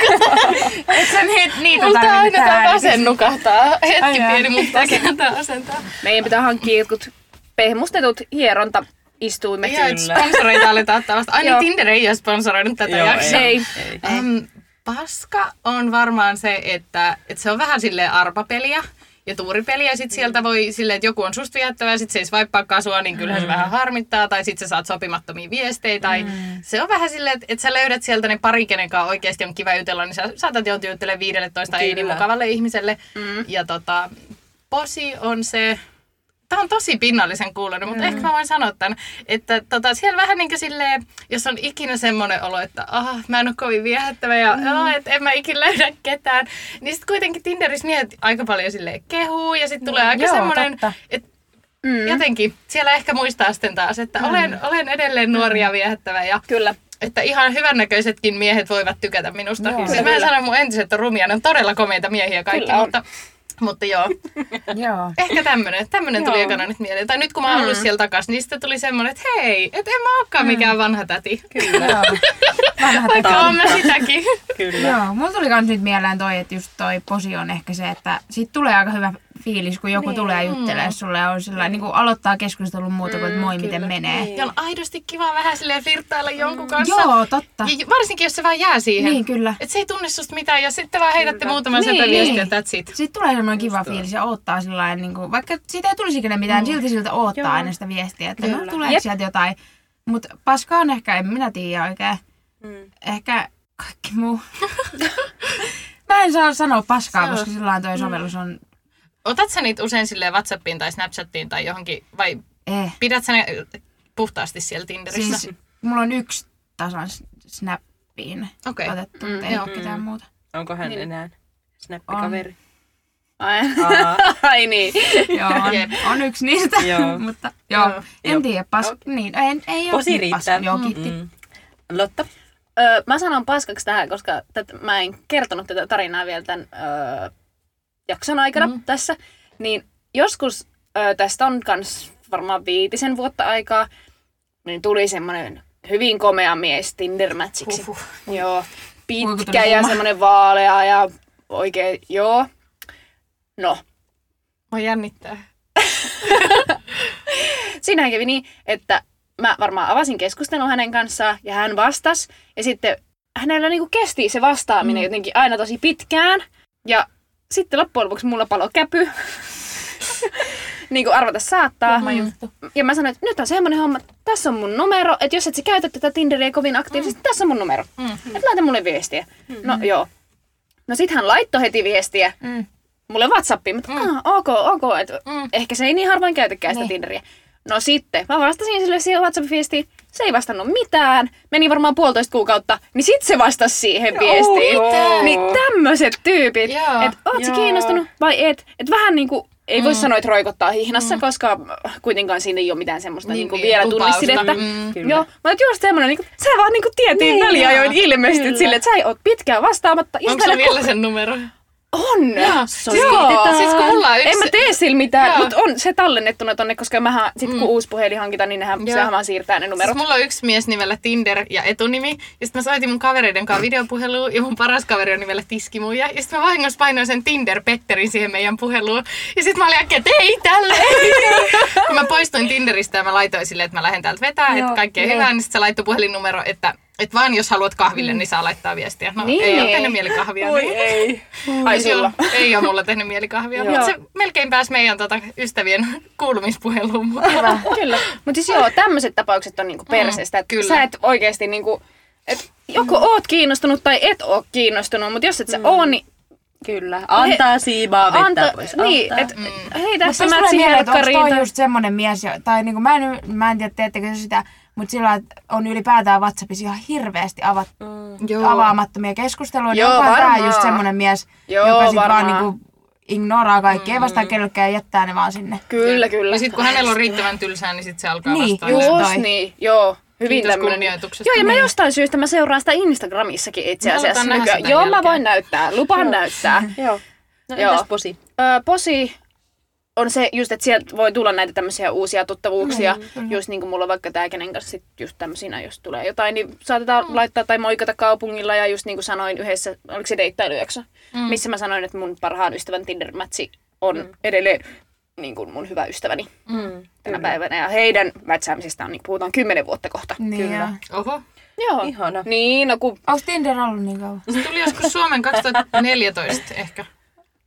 Speaker 2: Et sä niitä, niitä
Speaker 4: Multa
Speaker 2: tarvitse
Speaker 4: aina
Speaker 2: mitään
Speaker 4: tämä
Speaker 2: äänitys.
Speaker 4: vasen nukahtaa.
Speaker 2: Ai
Speaker 4: Hetki
Speaker 2: jaa.
Speaker 4: pieni, mutta pitää asentaa.
Speaker 5: Meidän pitää hankkia jotkut pehmustetut hieronta istuimet.
Speaker 4: Ja et sponsoreita aletaan ottaa vasta. Ai niin,
Speaker 5: Joo.
Speaker 4: Tinder ei ole sponsoroinut tätä
Speaker 3: Joo,
Speaker 4: jaksoa.
Speaker 5: Ei.
Speaker 3: Ei.
Speaker 4: Um, paska on varmaan se, että, että se on vähän silleen arpapeliä ja tuuripeliä. Sitten
Speaker 3: Mm.
Speaker 4: sieltä voi silleen, että joku on susta viehättävä ja sitten se ei swipeaakaan sua, niin kyllähän
Speaker 3: Mm.
Speaker 4: se vähän harmittaa. Tai sitten sä saat sopimattomia viestejä. Tai se on vähän silleen, että, että sä löydät sieltä ne pari, kenen kanssa oikeasti on kiva jutella, niin sä saatat joutua juttelemaan 15 ei niin
Speaker 3: Kyllä. Mm.
Speaker 4: mukavalle ihmiselle. Ja tota, posi on se... Tämä on tosi pinnallisen kuulonen, mutta mm. ehkä mä voin sanoa tämän, että tota, siellä vähän niin kuin silleen, jos on ikinä semmoinen olo, että ah, mä en ole kovin viehättävä ja mm. et en mä ikinä löydä ketään, niin sitten kuitenkin Tinderissä miehet aika paljon silleen kehuu ja sitten tulee aika
Speaker 2: joo,
Speaker 4: semmoinen,
Speaker 2: totta.
Speaker 4: että mm. jotenkin siellä ehkä muistaa sitten taas, että olen, olen edelleen nuori ja viehättävä ja
Speaker 5: Kyllä.
Speaker 4: että ihan hyvännäköisetkin miehet voivat tykätä minusta.
Speaker 2: Joo.
Speaker 4: Joo, siis mä en sano mun entiset on rumia, ne on todella komeita miehiä kaikki,
Speaker 5: Kyllä on.
Speaker 4: mutta, mutta joo.
Speaker 2: Joo.
Speaker 4: Ehkä tämmönen. Tämmönen tuli
Speaker 5: Joo.
Speaker 4: ekana nyt mieleen. Tai nyt kun mä oon
Speaker 2: Mm.
Speaker 4: ollut siellä takas, niin sitten tuli semmonen, että hei, et en mä ookaan mikään vanha täti.
Speaker 2: Joo. Vanha
Speaker 4: Vaikka
Speaker 2: tekee.
Speaker 4: oon mä
Speaker 2: (laughs)
Speaker 4: sitäkin.
Speaker 3: Kyllä.
Speaker 2: Joo, mulla tuli kans nyt mieleen toi, että just toi posi on ehkä se, että siitä tulee aika hyvä fiilis, kun joku niin. tulee juttelemaan sulle ja on sillä niin. niin kuin aloittaa keskustelun muuta kuin, että moi, miten menee.
Speaker 4: Ja on aidosti kiva vähän silleen flirttailla jonkun kanssa.
Speaker 2: Mm. Joo, totta.
Speaker 4: Ja varsinkin, jos se vaan jää siihen.
Speaker 2: Niin, kyllä.
Speaker 4: Et se ei tunne susta mitään ja sitten vaan heitätte muutaman
Speaker 2: Niin.
Speaker 4: niin. sata viestiä, that's it.
Speaker 2: Sitten tulee semmoinen kiva fiilis ja odottaa sillä niin kuin, vaikka siitä ei tulisi ikinä mitään, mm. silti siltä odottaa Joo. aina sitä viestiä, että no,
Speaker 5: Kyllä.
Speaker 2: tuleeko Jep. sieltä jotain. Mutta paskaa on ehkä, en minä tiedä oikein.
Speaker 5: Mm.
Speaker 2: Ehkä kaikki (laughs) muu. Mä en saa sanoa paskaa, koska sillä lailla toi sovellus on...
Speaker 4: Otat sä niitä usein silleen Whatsappiin tai Snapchattiin tai johonkin, vai
Speaker 2: Eh.
Speaker 4: pidät sä ne äh, puhtaasti siellä Tinderissä?
Speaker 2: Siis
Speaker 4: Siis,
Speaker 2: mulla on yksi tasan s- snappiin
Speaker 4: Okei.
Speaker 2: otettu, mm, ei ole ketään muuta.
Speaker 3: Onko hän enää
Speaker 2: On.
Speaker 3: snappikaveri?
Speaker 5: Ai,
Speaker 3: Aa,
Speaker 5: (laughs) ai niin.
Speaker 2: joo, on,
Speaker 4: Jep.
Speaker 2: on yksi niistä,
Speaker 3: Joo.
Speaker 2: (laughs) mutta joo,
Speaker 5: Joo.
Speaker 2: en
Speaker 3: Joo.
Speaker 2: tiedä, pas, niin, ei, ei ole
Speaker 3: Posi riittää.
Speaker 2: Joo, kiitti. Mm.
Speaker 3: Mm. Lotta.
Speaker 5: Öö, mä sanon paskaksi tähän, koska tät, mä en kertonut tätä tarinaa vielä tämän öö, jakson aikana mm. tässä. Niin joskus, öö, tästä on kans varmaan viitisen vuotta aikaa, niin tuli semmoinen hyvin komea mies
Speaker 2: Siis-
Speaker 5: Tinder-mätsiksi.
Speaker 4: Huhhuh.
Speaker 5: Joo,
Speaker 2: kun tuli
Speaker 5: pitkä ja
Speaker 2: kumma.
Speaker 5: semmoinen vaalea ja oikein, joo. No,
Speaker 4: Mua jännittää.
Speaker 5: siinä kävi niin, että mä varmaan avasin keskustelun hänen kanssaan ja hän vastasi. Ja sitten hänellä niinku kesti se vastaaminen mm. jotenkin aina tosi pitkään. Ja sitten loppujen lopuksi mulla palo käpy. (laughs) niin kuin arvata saattaa. Mm. Ja mä sanoin, että nyt on semmoinen homma, että tässä on mun numero, että jos et sä käytä tätä Tinderiä kovin aktiivisesti, mm. tässä on mun numero. Mm. Että laita mulle viestiä. Mm. No joo. No sit hän laittoi heti viestiä
Speaker 4: Mm.
Speaker 5: mulle Whatsappiin, mutta mm. ok, ok, että
Speaker 4: Mm.
Speaker 5: ehkä se ei niin harvoin käytäkään sitä Tinderiä. No sitten, mä vastasin sille siihen WhatsApp-viestiin, se ei vastannut mitään, meni varmaan puolitoista kuukautta, niin sit se vastasi siihen viestiin.
Speaker 3: Mitä?
Speaker 5: Niin tämmöiset tyypit,
Speaker 4: Joo.
Speaker 5: että oot sä
Speaker 3: Joo.
Speaker 5: kiinnostunut vai et, että vähän niinku, ei voi sanoa, että roikottaa hihnassa, koska kuitenkaan siinä ei ole mitään semmoista niin, niinku vielä
Speaker 4: lupausta.
Speaker 5: tunnisidettä.
Speaker 4: Mm.
Speaker 3: Kyllä.
Speaker 5: Joo, mutta just semmoinen, niin kuin, sä vaan niin kuin tietyin niin,
Speaker 3: Niin,
Speaker 5: väliajoin
Speaker 3: joo.
Speaker 5: ilmestyt silleen, että sä oot pitkään vastaamatta. Ja
Speaker 4: Onko
Speaker 5: sit
Speaker 4: se
Speaker 5: aina
Speaker 4: vielä sen numero?
Speaker 5: On!
Speaker 4: Soitetaan. Siis kun mulla on yksi...
Speaker 5: En mä tee sillä mitään,
Speaker 4: Joo.
Speaker 5: mutta on se tallennettuna tonne, koska mähän, sit kun uusi puhelin hankitaan, niin nehän,
Speaker 4: Joo.
Speaker 5: sehän vaan siirtää ne numerot.
Speaker 4: Siis mulla on yksi mies nimellä Tinder ja etunimi. Ja sitten mä soitin mun kavereiden kanssa videopuheluun ja mun paras kaveri on nimellä Tiskimuja. Ja sitten mä vahingossa painoin sen Tinder-Petterin siihen meidän puheluun. Ja sitten mä olin äkkiä, että ei tälle, ei tälle. Kun mä poistuin Tinderistä ja mä laitoin silleen, että mä lähden täältä vetää, että kaikkea hyvää. Niin sitten se laittoi puhelinnumero, että et vaan jos haluat kahville, niin saa laittaa viestiä. No
Speaker 5: Niin.
Speaker 4: niin. ei ole tehnyt mieli kahvia.
Speaker 3: Voi
Speaker 4: niin.
Speaker 3: ei.
Speaker 5: Ai
Speaker 4: Joo,
Speaker 5: sulla.
Speaker 4: ei ole mulla tehnyt mieli kahvia, mutta se melkein pääsi meidän tota, ystävien kuulumispuheluun mukaan.
Speaker 5: (laughs) Kyllä. Mutta siis joo, tämmöiset tapaukset on niinku perseestä. Mm,
Speaker 4: kyllä.
Speaker 5: Sä et oikeesti niinku, et joko oot kiinnostunut tai et oo kiinnostunut, mutta jos et sä mm. oo, niin
Speaker 3: Kyllä. Antaa siimaa vettä
Speaker 5: anta,
Speaker 3: pois.
Speaker 5: niin,
Speaker 3: Antaa.
Speaker 5: et heitä
Speaker 2: Mutta
Speaker 5: se
Speaker 2: siis tulee
Speaker 5: mätsi
Speaker 2: mieleen, että onko
Speaker 5: herkkariin.
Speaker 2: toi
Speaker 5: tai-
Speaker 2: just semmonen mies, jo- tai niinku, mä, en, mä en tiedä teettekö se sitä, mutta sillä lailla, että on ylipäätään WhatsAppissa ihan hirveästi avat,
Speaker 4: Joo.
Speaker 2: avaamattomia keskusteluja, niin
Speaker 5: Joo,
Speaker 2: onkohan tää
Speaker 5: varmaan.
Speaker 2: just semmonen mies,
Speaker 5: Joo,
Speaker 2: joka sit vaan
Speaker 5: varmaan.
Speaker 2: niinku ignoraa kaikkea, ei vastaa kellekään ja jättää ne vaan sinne.
Speaker 5: Kyllä, kyllä.
Speaker 4: Ja sitten kun hänellä on riittävän tylsää, niin sitten se alkaa
Speaker 2: Niin,
Speaker 4: vastaan.
Speaker 2: juu.
Speaker 5: Just
Speaker 2: Tai-
Speaker 5: niin, joo. Hyvin
Speaker 4: Kiitos
Speaker 5: tämmönen-
Speaker 4: kunnioituksesta.
Speaker 5: Joo, ja mä jostain syystä mä seuraan sitä Instagramissakin itse
Speaker 4: Me
Speaker 5: asiassa
Speaker 4: halutaan nähdä
Speaker 5: nykyään.
Speaker 4: sitä
Speaker 5: Joo, mä
Speaker 4: jälkeä.
Speaker 5: voin näyttää,
Speaker 4: (laughs)
Speaker 5: lupaan näyttää.
Speaker 3: Joo. No
Speaker 5: Joo.
Speaker 3: entäs posi?
Speaker 5: Öö, posi on se just, että sieltä voi tulla näitä tämmöisiä uusia tuttavuuksia.
Speaker 2: Mm, mm-hmm.
Speaker 5: Just niin kuin mulla on vaikka tää, kenen kanssa sit just tämmöisinä, jos tulee jotain, niin saatetaan
Speaker 2: Mm.
Speaker 5: laittaa tai moikata kaupungilla. Ja just niin kuin sanoin yhdessä, oliko se deittailujakso,
Speaker 2: Mm.
Speaker 5: missä mä sanoin, että mun parhaan ystävän Tinder-mätsi on edelleen niin kuin mun hyvä ystäväni
Speaker 3: Mm.
Speaker 5: tänä päivänä. Ja heidän mätsäämisestään niin puhutaan kymmenen vuotta kohta.
Speaker 2: Niin
Speaker 3: Kyllä.
Speaker 2: joo.
Speaker 4: Oho.
Speaker 5: Joo.
Speaker 3: Ihana.
Speaker 5: Niin, no kun
Speaker 2: Onko Tinder ollut niin
Speaker 3: No
Speaker 2: kauan?
Speaker 4: Se tuli joskus Suomen 2014 ehkä.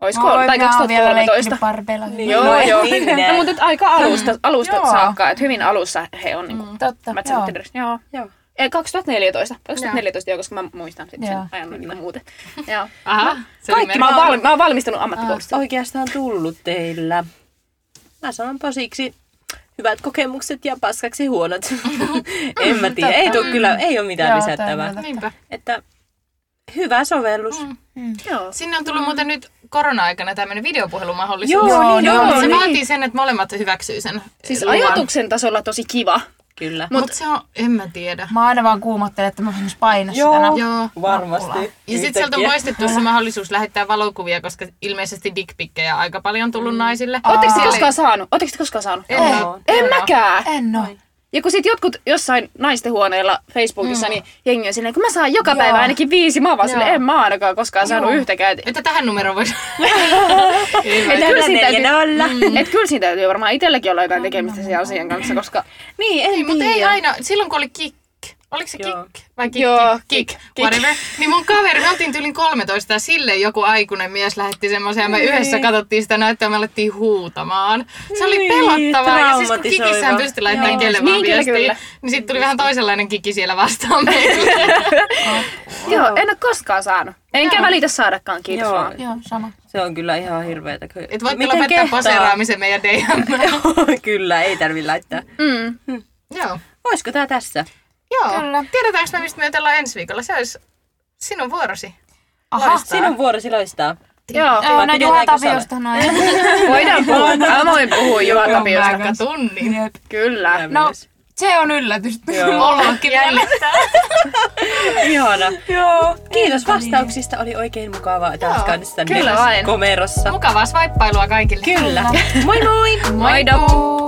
Speaker 5: ois
Speaker 2: Mä
Speaker 5: kolme,
Speaker 2: oon-
Speaker 5: tai
Speaker 2: mä oon vielä
Speaker 5: 2013.
Speaker 2: leikkinyt parpeilla.
Speaker 3: Niin.
Speaker 5: Joo,
Speaker 3: No,
Speaker 5: (laughs) no,
Speaker 3: et (laughs)
Speaker 5: joo.
Speaker 3: niin
Speaker 5: no,
Speaker 3: näe.
Speaker 5: mutta et aika alusta, alusta
Speaker 2: Joo.
Speaker 5: saakka, että hyvin alussa he on niinku
Speaker 2: Totta, joo.
Speaker 5: Mätsänyt Joo.
Speaker 3: Joo.
Speaker 5: Ei, 2014. 2014 joo, koska mä muistan sitten
Speaker 2: Joo.
Speaker 5: sen ajan niin muuten. Joo.
Speaker 4: Aha. Se oli
Speaker 5: Kaikki, mä oon,
Speaker 4: merkki.
Speaker 5: valmi, mä oon valmistunut ammattikoulusta.
Speaker 3: Oikeastaan tullut teillä. Mä sanon posiksi hyvät kokemukset ja paskaksi huonot. (laughs) en mä tiedä. Ei tuu kyllä, ei ole mitään
Speaker 2: Joo,
Speaker 3: lisättävää.
Speaker 2: totta.
Speaker 4: Niinpä.
Speaker 3: Että hyvä sovellus.
Speaker 5: Joo.
Speaker 4: Sinne on tullut muuten nyt korona-aikana tämmöinen videopuhelumahdollisuus.
Speaker 3: Joo,
Speaker 2: niin on,
Speaker 4: Se
Speaker 2: niin.
Speaker 4: vaatii sen, että molemmat hyväksyy sen
Speaker 5: Siis ajatuksen tasolla tosi kiva.
Speaker 3: Kyllä.
Speaker 4: Mutta se on, en mä tiedä.
Speaker 2: Mä aina vaan kuumottelen, että mä vähän paina sitä
Speaker 3: Joo.
Speaker 2: nappulaa.
Speaker 4: Joo.
Speaker 3: Varmasti.
Speaker 4: Ja sitten sieltä on poistettu se mahdollisuus lähettää valokuvia, koska ilmeisesti dickpikkejä
Speaker 5: Mm.
Speaker 4: aika paljon on tullut naisille.
Speaker 5: Ootteko te
Speaker 4: Sille-
Speaker 5: koskaan saanut? Ootteko te koskaan saanut?
Speaker 4: En, oo.
Speaker 5: En
Speaker 4: oo.
Speaker 5: mäkään.
Speaker 2: En oo.
Speaker 5: Ja kun sit jotkut jossain naisten huoneella Facebookissa, mm. niin jengi on silleen, kun mä saan joka
Speaker 2: Joo.
Speaker 5: päivä ainakin viisi, mä oon vaan silleen,
Speaker 3: Joo.
Speaker 5: en mä ainakaan koskaan saanut yhtäkään. Et,
Speaker 4: Että tähän numeroon voisi...
Speaker 5: et, kyllä siinä täytyy,
Speaker 3: 4-0.
Speaker 5: mm. et kyllä siinä täytyy varmaan itselläkin olla jotain tekemistä sen asian kanssa, koska... Niin, en
Speaker 4: Mutta ei aina, silloin kun oli kick, oliko se
Speaker 3: Joo.
Speaker 4: kick vai kick,
Speaker 5: Joo,
Speaker 4: kick, kick, whatever, niin mun kaveri, me oltiin tyylin 13 ja sille joku aikuinen mies lähetti semmoisen ja me
Speaker 5: Niin.
Speaker 4: yhdessä katsottiin sitä näyttöä ja me alettiin huutamaan. Se oli
Speaker 3: Niin,
Speaker 4: pelottavaa ja siis kun
Speaker 3: traumatisoiva.
Speaker 4: kikissähän pystyi laittamaan kelle vaan
Speaker 5: Niin, kyllä,
Speaker 4: viestiä,
Speaker 5: kyllä.
Speaker 4: niin sitten tuli vähän toisenlainen kiki siellä vastaan
Speaker 5: (laughs)
Speaker 4: meille.
Speaker 5: Joo, en ole koskaan saanut. Enkä Joo. välitä saadakaan, kiitos Joo.
Speaker 3: Joo,
Speaker 5: vaan.
Speaker 2: Joo, sama.
Speaker 3: se on kyllä ihan hirveetä. Ky-
Speaker 4: Et voitte lopettaa
Speaker 3: (laughs)
Speaker 4: poseeraamisen meidän DM.
Speaker 3: kyllä, ei tarvi laittaa.
Speaker 5: Mm.
Speaker 4: Joo.
Speaker 3: Olisiko tää tässä?
Speaker 4: Joo.
Speaker 2: Kyllä.
Speaker 4: Tiedetäänkö me, mistä me jutellaan ensi viikolla? Se olisi sinun vuorosi.
Speaker 2: Aha,
Speaker 4: Loistaa.
Speaker 3: Sinun vuorosi loistaa.
Speaker 5: Joo,
Speaker 2: Öö, no
Speaker 3: pidetäänkö
Speaker 2: Juha
Speaker 3: sana?
Speaker 2: Tapiosta
Speaker 3: (laughs)
Speaker 2: noin.
Speaker 5: voidaan puhua. Mä voin puhua Juha Tapiosta.
Speaker 4: Aika tunnin.
Speaker 2: Jep.
Speaker 5: Kyllä.
Speaker 2: No, se on yllätys. (laughs)
Speaker 3: Joo.
Speaker 4: Ollaankin jännittää.
Speaker 3: Ihana. Joo. Kiitos vastauksista. Oli oikein mukavaa taas kanssanne
Speaker 5: kyllä vain.
Speaker 3: komerossa.
Speaker 4: Mukavaa swipeilua kaikille.
Speaker 3: Kyllä. Moi moi!
Speaker 5: Moido!